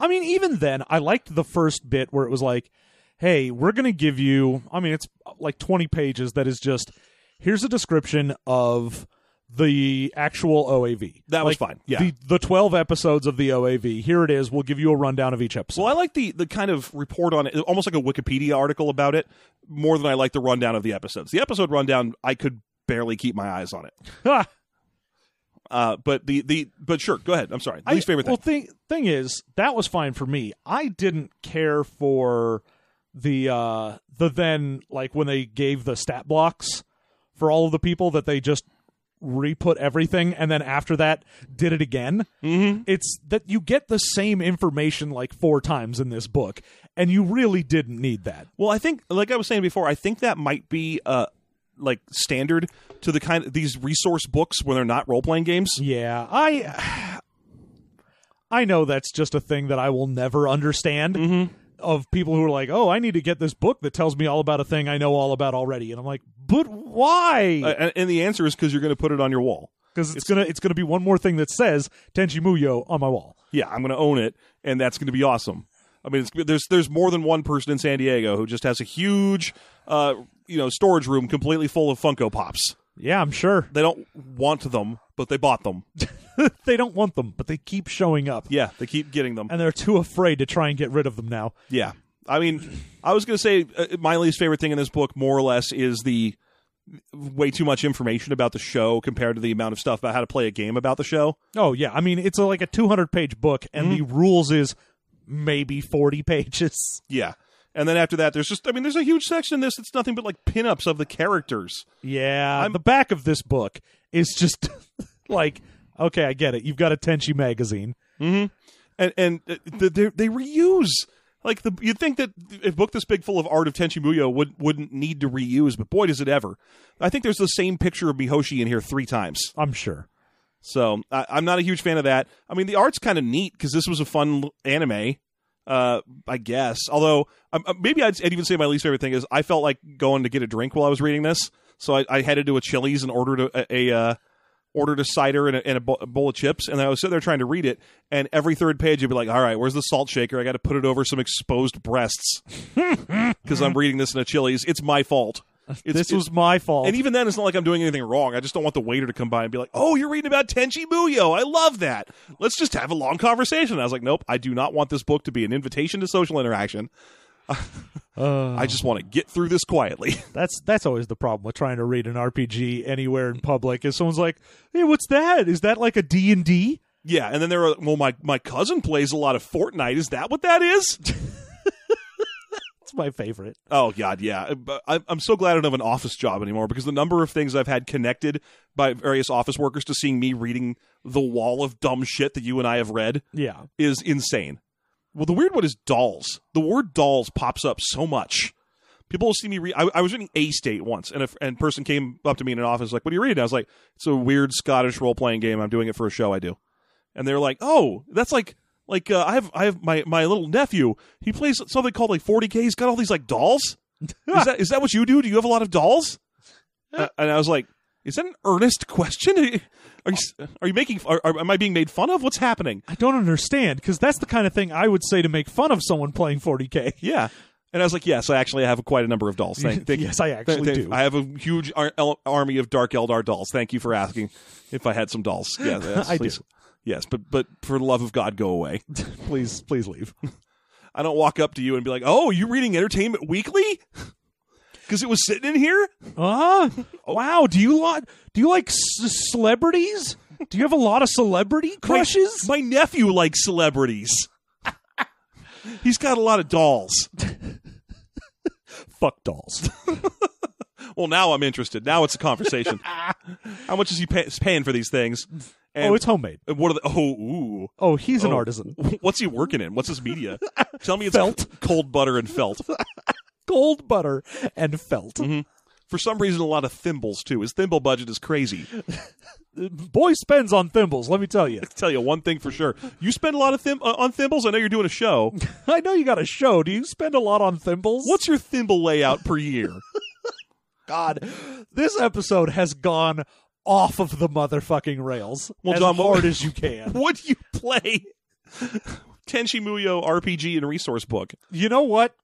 S2: i mean even then i liked the first bit where it was like hey we're gonna give you i mean it's uh, like 20 pages that is just here's a description of the actual oav
S1: That was
S2: Like,
S1: fine. Yeah.
S2: the, the 12 episodes of the oav here it is we'll give you a rundown of each episode
S1: Well, I like the the kind of report on it, almost like a Wikipedia article about it, more than I like the rundown of the episodes. The episode rundown, I could barely keep my eyes on it.
S2: Ha!
S1: Uh, but the the but sure, go ahead. I'm sorry.
S2: I-
S1: Least favorite thing.
S2: Well, thing thing is that was fine for me. I didn't care for the uh the then like when they gave the stat blocks for all of the people that they just re-put everything and then after that did it again
S1: Mm-hmm.
S2: it's that you get the same information like four times in this book and you really didn't need that
S1: Well, I think, like I was saying before, I think that might be uh like standard to the kind of these resource books when they're not role playing games.
S2: yeah i i know that's just a thing that i will never understand of people who are like oh i need to get this book that tells me all about a thing i know all about already and i'm like but
S1: Uh,
S2: why
S1: and, and the answer is because you're going to put it on your wall.
S2: because it's, gonna it's gonna be one more thing that says tenchi muyo on my wall
S1: Yeah, I'm going to own it, and that's going to be awesome. I mean, it's, there's there's more than one person in San Diego who just has a huge, uh, you know, storage room completely full of Funko Pops.
S2: yeah i'm sure
S1: They don't want them, but they bought them.
S2: they don't want them but they keep showing up
S1: Yeah, they keep getting them.
S2: and they're too afraid to try and get rid of them now
S1: Yeah, I mean, I was going to say uh, my least favorite thing in this book, more or less, is the way too much information about the show compared to the amount of stuff about how to play a game about the show.
S2: Oh yeah, I mean it's a, like a 200 page book, and the rules is maybe 40 pages.
S1: Yeah, and then after that, there's just I mean, there's a huge section in this that's nothing but like pinups of the characters.
S2: Yeah, the back of this book is just like, okay, I get it. You've got a Tenchi magazine.
S1: and and uh, th- they they reuse like the you'd think that a book this big full of art of Tenchi Muyo would wouldn't need to reuse, but boy does it ever! I think there's the same picture of Mihoshi in here three times,
S2: I'm sure.
S1: so I, I'm not a huge fan of that. I mean, the art's kind of neat because this was a fun l- anime, uh, I guess. Although um, uh, maybe I'd, I'd even say my least favorite thing is I felt like going to get a drink while I was reading this, so I, I headed to a Chili's and ordered a, a, uh, ordered a cider and a, and a bo- a bowl of chips, and I was sitting there trying to read it. And every third page, you'd be like, "All right, where's the salt shaker? I got to put it over some exposed breasts because I'm reading this in a Chili's. It's my fault. It's,
S2: this was my fault.
S1: and even then, it's not like I'm doing anything wrong. I just don't want the waiter to come by and be like, "Oh, you're reading about Tenchi Muyo. I love that. Let's just have a long conversation." I was like, "Nope, I do not want this book to be an invitation to social interaction.
S2: Uh,
S1: I just want to get through this quietly."
S2: that's that's always the problem with trying to read an RPG anywhere in public. Is someone's like, hey, what's that? Is that like a D and D?
S1: yeah, and then there were well, my my cousin plays a lot of Fortnite. Is that what that is?
S2: It's my favorite.
S1: Oh God, yeah. But I- I'm so glad I don't have an office job anymore because the number of things I've had connected by various office workers to seeing me reading the wall of dumb shit that you and I have read
S2: Yeah,
S1: is insane. Well, the weird one is dolls. The word dolls pops up so much. People will see me read. I, I was reading A State once, and a f- and person came up to me in an office like, "What are you reading?" I was like, "It's a weird Scottish role playing game. I'm doing it for a show I do." And they were like, "Oh, that's like." Like uh, I have, I have my, my little nephew. He plays something called like 40k. He's got all these like dolls. Is that is that what you do? Do you have a lot of dolls? Uh, and I was like, is that an earnest question? Are you are you, are you making? Are, are, am I being made fun of? What's happening?
S2: I don't understand because that's the kind of thing I would say to make fun of someone playing 40k.
S1: Yeah. And I was like, yes, I actually have quite a number of dolls. Thank, thank,
S2: Yes, I actually
S1: thank-
S2: do.
S1: I have a huge ar- el- army of Dark Eldar dolls. Thank you for asking if I had some dolls. Yeah, yes,
S2: I do.
S1: please. Yes, but but for the love of God, go away.
S2: please, please leave.
S1: I don't walk up to you and be like, "Oh, you reading Entertainment Weekly?" Because it was sitting in here.
S2: Uh, wow. Do you lot? Do you like c- celebrities? Do you have a lot of celebrity crushes?
S1: My nephew likes celebrities. He's got a lot of dolls.
S2: fuck dolls.
S1: Well, now I'm interested. Now it's a conversation. How much is he pay- paying for these things? And
S2: oh, it's homemade.
S1: what are the? Oh, ooh.
S2: Oh, he's an
S1: Oh.
S2: artisan.
S1: What's he working in? What's his media? Tell me it's
S2: Felt.
S1: c- cold butter and felt.
S2: Gold butter and felt.
S1: For some reason, a lot of thimbles too. His thimble budget is crazy.
S2: Boy spends on thimbles. Let me tell you.
S1: tell you one thing for sure: you spend a lot of thim- uh, on thimbles. I know you're doing a show.
S2: I know you got a show. Do you spend a lot on thimbles?
S1: What's your thimble layout per year?
S2: God? This episode has gone off of the motherfucking rails
S1: Well,
S2: as
S1: John, what-
S2: hard as you can.
S1: what do you play? Tenchi Muyo RPG and resource book.
S2: You know what?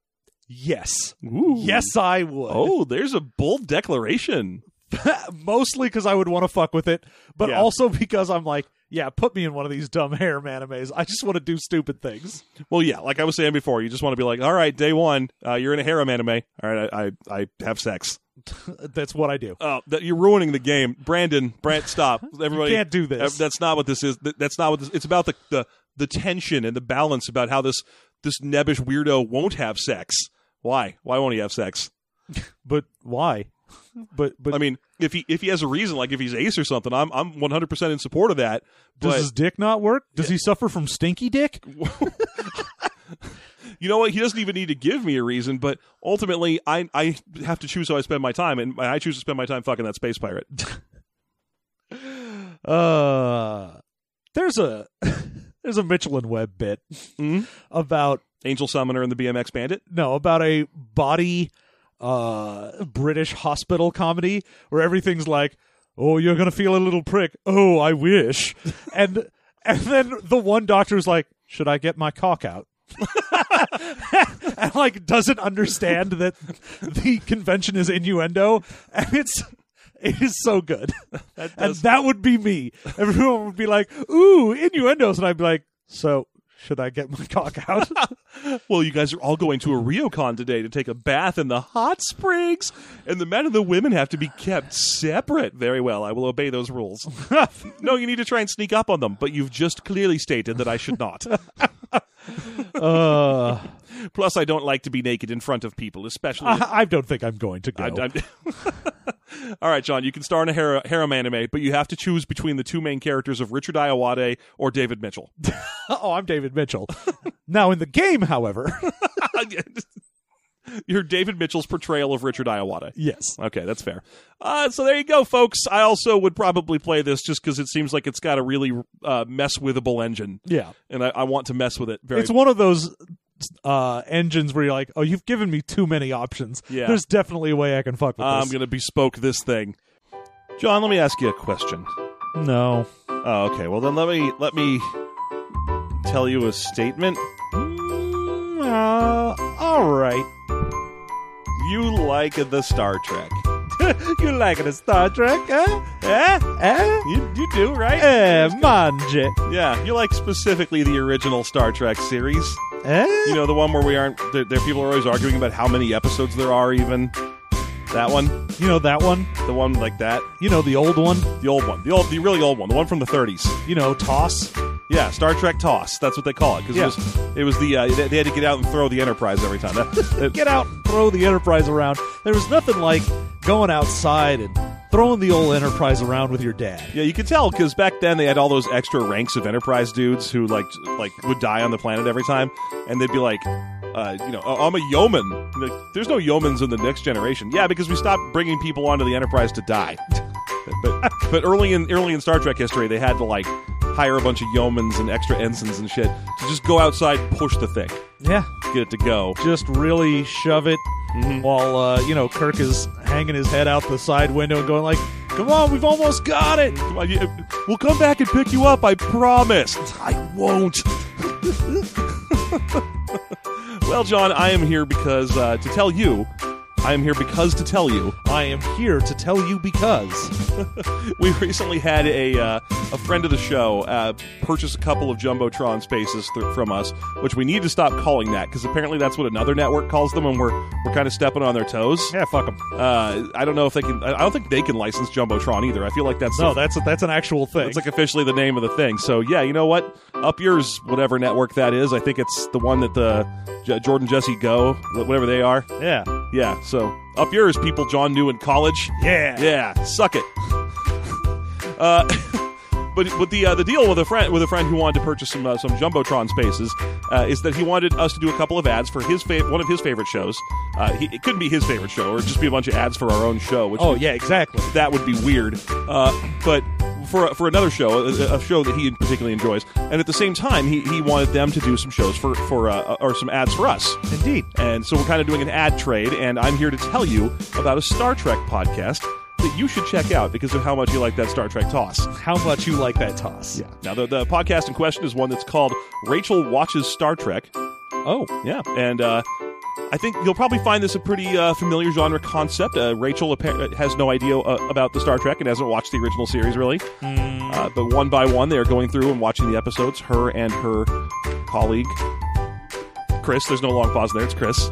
S2: Yes,
S1: Ooh.
S2: yes, I would.
S1: Oh, there's a bold declaration.
S2: mostly because I would want to fuck with it, but
S1: Yeah.
S2: also because I'm like, yeah, put me in one of these dumb hair animes. I just want to do stupid things.
S1: Well, yeah, like I was saying before, you just want to be like, all right, day one, uh, you're in a harem anime. All right, I, I, I have sex.
S2: That's what I do.
S1: Oh, that you're ruining the game, Brandon. Brant, stop! Everybody
S2: can't do this.
S1: Uh, That's not what this is. Th- That's not what this. It's about the the the tension and the balance about how this this nebbish weirdo won't have sex. Why? Why won't he have sex?
S2: But why? But but
S1: I mean, if he if he has a reason, like if he's ace or something, I'm I'm 100 percent in support of that.
S2: does
S1: but-
S2: his dick not work? Does he suffer from stinky dick?
S1: you know what? He doesn't even need to give me a reason, but ultimately, I I have to choose how I spend my time, and I choose to spend my time fucking that space pirate.
S2: Uh there's a there's a Michelin web bit
S1: Mhm.
S2: about
S1: Angel Summoner and the BMX Bandit.
S2: no about a body uh british hospital comedy where everything's like oh you're gonna feel a little prick oh i wish and and then the one doctor's like should i get my cock out and like doesn't understand that the convention is innuendo and it's it is so good and that would be me everyone would be like ooh innuendos and i'd be like so should i get my cock out
S1: Well, you guys are all going to a RioCon today to take a bath in the hot springs, and the men and the women have to be kept separate. Very well, I will obey those rules. no, you need to try and sneak up on them, but you've just clearly stated that I should not.
S2: uh
S1: Plus, I don't like to be naked in front of people, especially.
S2: I, I don't think I'm going to go.
S1: I- I'm- All right, John, you can star in a har- harem anime, but you have to choose between the two main characters of Richard Iowade or David Mitchell.
S2: oh, I'm David Mitchell. now in the game, however,
S1: You're David Mitchell's portrayal of Richard Iowade.
S2: yes,
S1: Okay, that's fair. Uh, so there you go, folks. I also would probably play this just because it seems like it's got a really uh, mess withable engine,
S2: yeah,
S1: and I, I want to mess with it very.
S2: it's one of those uh engines where you're like, oh, you've given me too many options.
S1: Yeah.
S2: There's definitely a way I can fuck with
S1: I'm
S2: this.
S1: going to bespoke this thing. John, let me ask you a question.
S2: No,
S1: Oh, okay. Well, then let me let me tell you a statement.
S2: Mm, uh, all right.
S1: You like the Star Trek.
S2: you like it, Star Trek? Eh? Eh? Eh?
S1: You, you do, right?
S2: Eh? Manje?
S1: Yeah, you like specifically the original Star Trek series.
S2: Eh?
S1: You know, the one where we aren't, there, there people are always arguing about how many episodes there are, even. That one?
S2: You know that one?
S1: The one like that?
S2: You know the old one?
S1: The old one. The old, the really old one. The one from the 30s.
S2: You know Toss?
S1: Yeah, Star Trek Toss. That's what they call it. Because
S2: Yeah.
S1: it, was, it was the, uh, they, they had to get out and throw the Enterprise every time. That-
S2: get out and throw the Enterprise around. There was nothing like going outside and throwing the old Enterprise around with your dad.
S1: Yeah, you could tell because back then they had all those extra ranks of Enterprise dudes who like like would die on the planet every time, and they'd be like, uh, you know, "Oh, I'm a yeoman. Like, There's no yeomans in the next generation. Yeah, because we stopped bringing people onto the Enterprise to die. but but early in early in Star Trek history, they had to like hire a bunch of yeomans and extra ensigns and shit to just go outside, push the thing,
S2: Yeah,
S1: get it to go.
S2: just really shove it while uh, you know Kirk is hanging his head out the side window and going like, "Come on, we've almost got it."
S1: Come on, you- We'll come back and pick you up. I promise. I won't. well, John, I am here because uh, to tell you. I am here because to tell you,
S2: I am here to tell you because
S1: we recently had a uh, a friend of the show uh, purchase a couple of jumbotron spaces th- from us, which we need to stop calling that because apparently that's what another network calls them, and we're we're kind of stepping on their toes.
S2: yeah, fuck them.
S1: Uh, I don't know if they can. I I don't think they can license jumbotron either. I feel like that's
S2: No, that's that's an actual thing.
S1: It's like officially the name of the thing. So yeah, you know what? Up yours, whatever network that is. I think it's the one that the J- Jordan Jesse Go, whatever they are.
S2: yeah,
S1: Yeah. So up yours, people. John knew in college.
S2: yeah,
S1: Yeah. Suck it. uh, but but the uh, the deal with a friend with a friend who wanted to purchase some uh, some jumbotron spaces uh, is that he wanted us to do a couple of ads for his fav- one of his favorite shows. Uh, he, it couldn't be his favorite show, or it'd just be a bunch of ads for our own show. Which
S2: Oh yeah, exactly.
S1: that would be weird. Uh, but for for another show, a, a show that he particularly enjoys, and at the same time, he, he wanted them to do some shows for for uh, or some ads for us.
S2: Indeed.
S1: And so we're kind of doing an ad trade, and I'm here to tell you about a Star Trek podcast that you should check out because of how much you like that Star Trek toss.
S2: How much you like that toss?
S1: Yeah. Now the the podcast in question is one that's called Rachel Watches Star Trek.
S2: Oh,
S1: Yeah, and uh, I think you'll probably find this a pretty uh, familiar genre concept. Uh, Rachel appa- has no idea uh, about the Star Trek and hasn't watched the original series really. Uh, but one by one, they are going through and watching the episodes. Her and her colleague, Chris. There's no long pause there. It's Chris.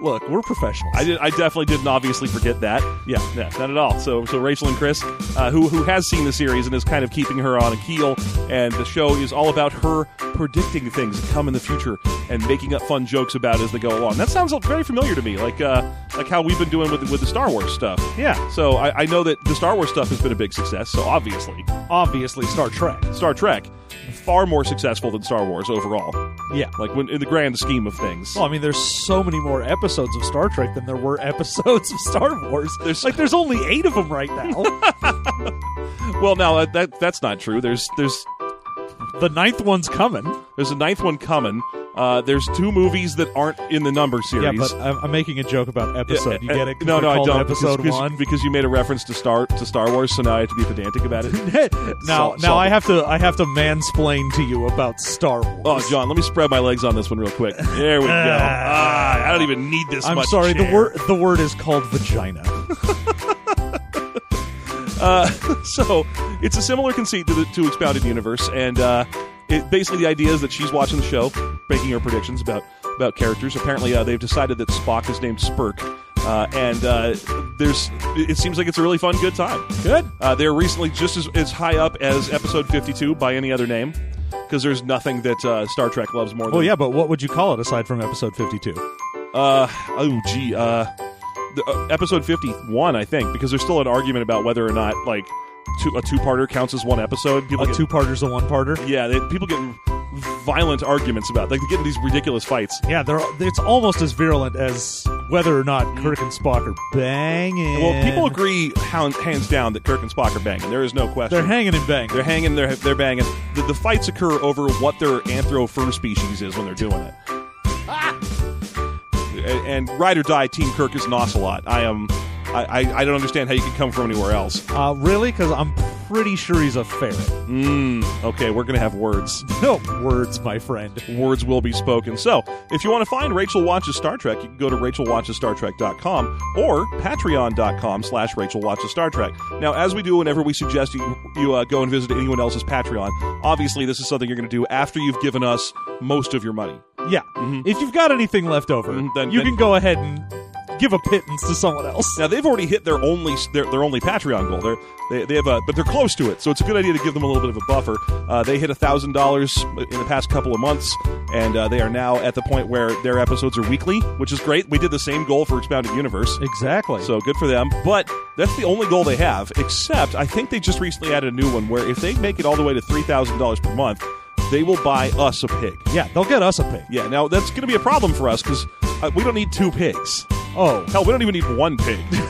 S1: Look,
S2: We're professionals.
S1: I did. I definitely didn't obviously forget that.
S2: yeah.
S1: Yeah, not at all. So, so Rachel and Chris, uh, who who has seen the series and is kind of keeping her on a keel, and the show is all about her predicting things that come in the future and making up fun jokes about as they go along. That sounds very familiar to me, like uh, like how we've been doing with with the Star Wars stuff.
S2: Yeah.
S1: So I, I know that the Star Wars stuff has been a big success. So obviously,
S2: Obviously, Star Trek.
S1: Star Trek far more successful than Star Wars overall.
S2: Yeah.
S1: Like when in the grand scheme of things.
S2: Well, I mean, there's so many more episodes of Star Trek than there were episodes of Star Wars.
S1: There's-
S2: like, there's only eight of them right now.
S1: Well, now that, that that's not true. There's there's
S2: the ninth one's coming.
S1: There's a ninth one coming. Uh, there's two movies that aren't in the number
S2: Yeah,
S1: series.
S2: but I'm, I'm making a joke about episode. You
S1: Uh,
S2: get it? 'Cause
S1: No,
S2: they're
S1: no, I
S2: called
S1: don't.
S2: Episode
S1: because,
S2: one.
S1: because you made a reference to Star to Star Wars, so now I have to be pedantic about it.
S2: now,
S1: Sol-
S2: now
S1: solve
S2: I
S1: it.
S2: have to I have to mansplain to you about Star Wars.
S1: Oh, John, let me spread my legs on this one real quick. There we go.
S2: Ah.
S1: Ah, I don't even need this.
S2: I'm
S1: much
S2: sorry. The
S1: chair.
S2: word the word is called vagina.
S1: so it's a similar conceit to, the, to Expounded Universe, and uh, it, basically the idea is that she's watching the show, making her predictions about about characters. Apparently, uh, they've decided that Spock is named Spurk, uh, and uh, there's it it seems like it's a really fun, good time.
S2: Good.
S1: Uh, they're recently just as, as high up as episode 52 by any other name, because there's nothing that uh, Star Trek loves more.
S2: Well,
S1: than
S2: yeah, but what would you call it aside from episode 52?
S1: uh, oh, gee. Uh, the, uh, episode 51, I think, because there's still an argument about whether or not, like, two, a two-parter counts as one episode. People
S2: A
S1: get-
S2: two-parter's a one-parter?
S1: Yeah, they, people get in violent arguments about, like, they get in these ridiculous fights.
S2: Yeah, they're it's almost as virulent as whether or not Kirk and Spock are banging.
S1: Well, people agree hound, hands down that Kirk and Spock are banging. There is no question.
S2: They're hanging and banging.
S1: They're hanging. They're they're banging. The, the fights occur over what their anthro fur species is when they're doing it. And, and ride or die, Team Kirk is an ocelot. I am. I, I, I don't understand how you could come from anywhere else.
S2: uh, really? Because I'm pretty sure he's a ferret.
S1: Mm, okay, we're gonna have words.
S2: No words, my friend.
S1: Words will be spoken. So, if you want to find Rachel Watches Star Trek, you can go to rachelwatchesstartrek.com or patreon.com slash Rachel Watches Star Trek. Now, as we do whenever we suggest you, you uh, go and visit anyone else's Patreon, obviously this is something you're going to do after you've given us most of your money.
S2: Yeah. If you've got anything left over,
S1: Mhm, Mm-hmm. then-
S2: you
S1: then-
S2: can go ahead and give a pittance to someone else.
S1: Now, they've already hit their only their, their only Patreon goal. They're, they, they have a, but they're close to it, so it's a good idea to give them a little bit of a buffer. Uh, they hit $1,000 in the past couple of months, and uh, they are now at the point where their episodes are weekly, which is great. We did the same goal for Expounded Universe.
S2: Exactly.
S1: So good for them. But that's the only goal they have, except I think they just recently added a new one where if they make it all the way to $3,000 per month, they will buy us a pig.
S2: yeah, they'll get us a pig.
S1: Yeah, now that's going to be a problem for us because uh, we don't need two pigs.
S2: Oh,
S1: Hell, we don't even need one pig.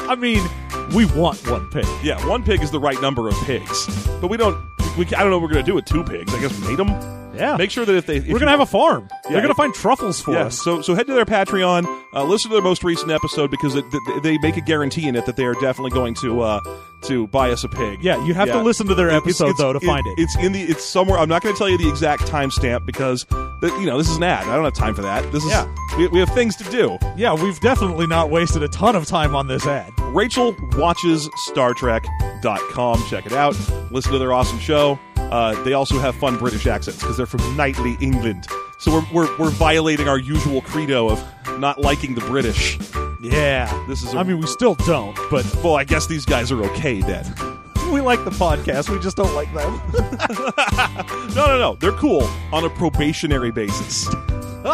S2: I mean, we want one pig.
S1: yeah, one pig is the right number of pigs. But we don't, we, I don't know what we're going to do with two pigs. I guess mate them.
S2: Yeah.
S1: Make sure that if they. If
S2: We're going to have a farm. They're going to
S1: if-
S2: find truffles for
S1: Yeah,
S2: us.
S1: so so head to their Patreon, uh, listen to their most recent episode because it, th- they make a guarantee in it that they are definitely going to uh, to buy us a pig.
S2: Yeah, you have to listen to their episode, though, to find it.
S1: It's in the it's somewhere. I'm not going to tell you the exact timestamp because th- you know this is an ad. I don't have time for that. This is
S2: Yeah.
S1: we, we have things to do.
S2: Yeah, we've definitely not wasted a ton of time on this ad.
S1: Rachel watches Star Trek.com. Check it out. Listen to their awesome show. Uh, they also have fun British accents because they're from Knightley, England. So we're, we're, we're violating our usual credo of not liking the British.
S2: Yeah.
S1: This is a-
S2: I mean, we still don't, but
S1: Well, I guess these guys are okay then.
S2: we like the podcast. We just don't like them.
S1: No, no, no. They're cool on a probationary basis.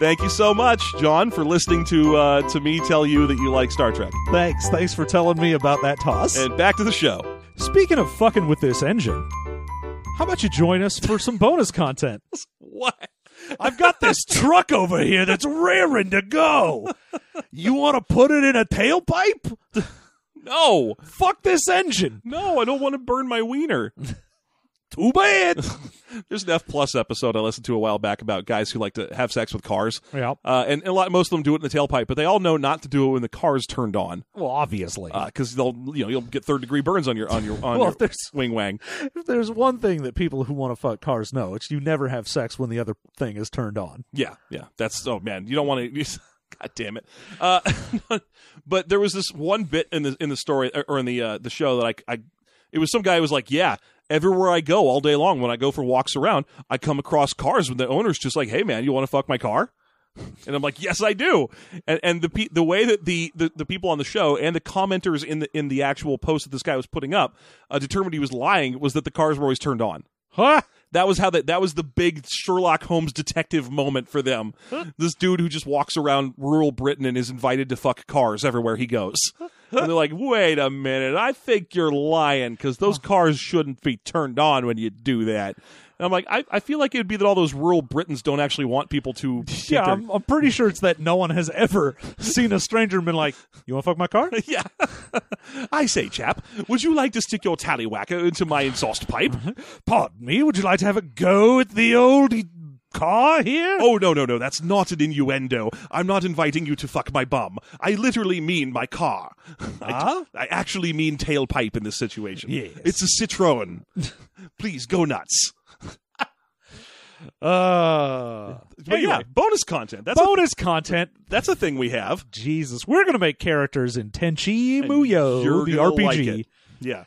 S1: Thank you so much, John, for listening to uh, to me tell you that you like Star Trek.
S2: Thanks. Thanks for telling me about that toss.
S1: And back to the show.
S2: Speaking of fucking with this engine, how about you join us for some bonus content?
S1: What?
S2: I've got this truck over here that's raring to go. You want to put it in a tailpipe?
S1: No,
S2: Fuck this engine.
S1: no, I don't want to burn my wiener.
S2: Too bad.
S1: There's an F plus episode I listened to a while back about guys who like to have sex with cars.
S2: Yeah.
S1: Uh, and, and a lot, most of them do it in the tailpipe, but they all know not to do it when the car's turned on
S2: Well, obviously.
S1: because they'll, you know, you'll get third degree burns on your on your on
S2: Well,
S1: your
S2: if there's-
S1: wing wang.
S2: If there's one thing that people who want to fuck cars know, it's you never have sex when the other thing is turned on.
S1: Yeah, yeah. That's oh man, you don't want to. God damn it! Uh, but er, there was this one bit in the in the story or in the uh, the show that I, I it was some guy who was like, yeah, everywhere I go all day long, when I go for walks around, I come across cars with the owners just like, "Hey, man, you want to fuck my car?" And I'm like, "Yes, I do." And, and the pe- the way that the, the the people on the show and the commenters in the in the actual post that this guy was putting up uh, determined he was lying was that the cars were always turned on.
S2: Huh?
S1: That was how that that was the big Sherlock Holmes detective moment for them. this dude who just walks around rural Britain and is invited to fuck cars everywhere he goes. and they're like, "Wait a minute. I think you're lying cuz those cars shouldn't be turned on when you do that." And I'm like, I, I feel like it would be that all those rural Britons don't actually want people to.
S2: Yeah,
S1: get their-
S2: I'm, I'm pretty sure it's that no one has ever seen a stranger and been like, "You want to fuck my car?"
S1: Yeah. I say, chap, would you like to stick your tallywhacker into my exhaust pipe?
S2: Pardon me. Would you like to have a go at the old e- car here?
S1: Oh, no, no, no, that's not an innuendo. I'm not inviting you to fuck my bum. I literally mean my car.
S2: Huh?
S1: I, I actually mean tailpipe in this situation.
S2: Yes.
S1: It's a Citroen. Please go nuts.
S2: Uh,
S1: But yeah,
S2: anyway,
S1: bonus content. That's, a,
S2: bonus content.
S1: that's a thing we have.
S2: Jesus, we're gonna make characters in Tenchi Muyo,
S1: You're
S2: the
S1: gonna
S2: RPG.
S1: like it. Yeah.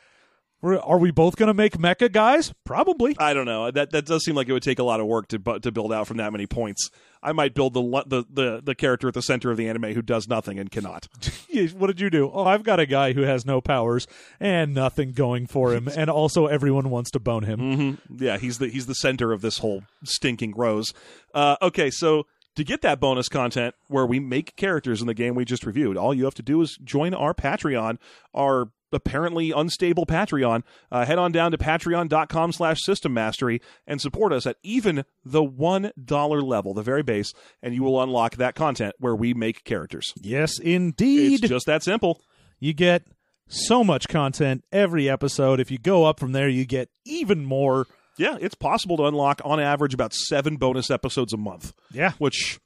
S2: We're- are we both gonna make mecha guys? Probably.
S1: I don't know. That that does seem like it would take a lot of work to bu- to build out from that many points. I might build the, lu- the the the character at the center of the anime who does nothing and cannot.
S2: Yeah, what did you do? Oh, I've got a guy who has no powers and nothing going for him, and also everyone wants to bone
S1: Mm.
S2: him.
S1: Mm-hmm. Yeah, he's the he's the center of this whole stinking rose. Uh, okay, so to get that bonus content where we make characters in the game we just reviewed, all you have to do is join our Patreon, our apparently unstable Patreon. Uh, head on down to patreon.com slash system mastery and support us at even the one dollar level, the very base, and you will unlock that content where we make characters. It's
S2: Yes, indeed.
S1: just that simple.
S2: you get so much content every episode. If you go up from there, you get even more.
S1: Yeah, it's possible to unlock on average about seven bonus episodes a month.
S2: Yeah,
S1: which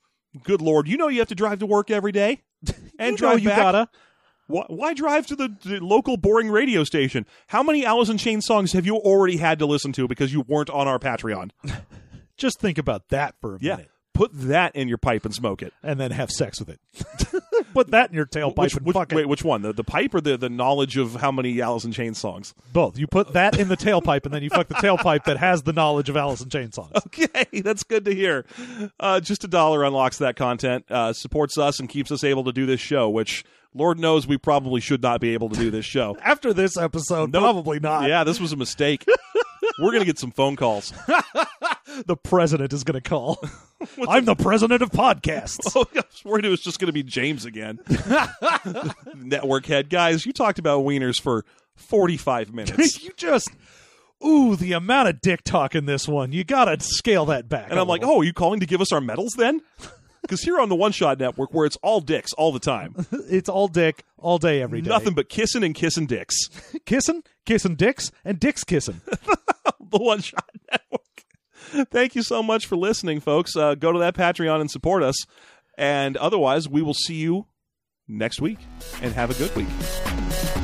S1: good lord you know you have to drive to work every day and
S2: you
S1: drive
S2: know you
S1: back.
S2: gotta.
S1: why, why drive to the, the local boring radio station how many alice in chains songs have you already had to listen to because you weren't on our patreon
S2: Just think about that for a
S1: yeah
S2: minute,
S1: put that in your pipe and smoke it
S2: and then have sex with it. Put that in your tailpipe
S1: which,
S2: and
S1: which,
S2: fuck it.
S1: wait, which one the, the pipe or the, the knowledge of how many alice in chains songs
S2: Both. You put that in the tailpipe, and then you fuck the tailpipe that has the knowledge of Alice in Chainsaws.
S1: okay that's good to hear uh, just a dollar unlocks that content uh, supports us and keeps us able to do this show which lord knows we probably should not be able to do this show
S2: After this episode, probably not.
S1: yeah this was a mistake we're gonna get some phone calls
S2: The president is going to call. I'm the president of podcasts.
S1: Oh, I was worried it was just going to be James again. Network head. Guys, you talked about wieners for 45 minutes.
S2: you just ooh the amount of dick talk in this one you gotta scale that back
S1: And
S2: a
S1: I'm like,
S2: little.
S1: oh, are you calling to give us our medals then? Because here on the One Shot Network, where it's all dicks all the time,
S2: it's all dick all day every day
S1: nothing but kissing and kissing dicks.
S2: kissing kissing dicks and dicks kissing
S1: the One Shot Network. Thank you so much for listening, folks. Uh, go to that Patreon and support us. And otherwise, we will see you next week and have a good week.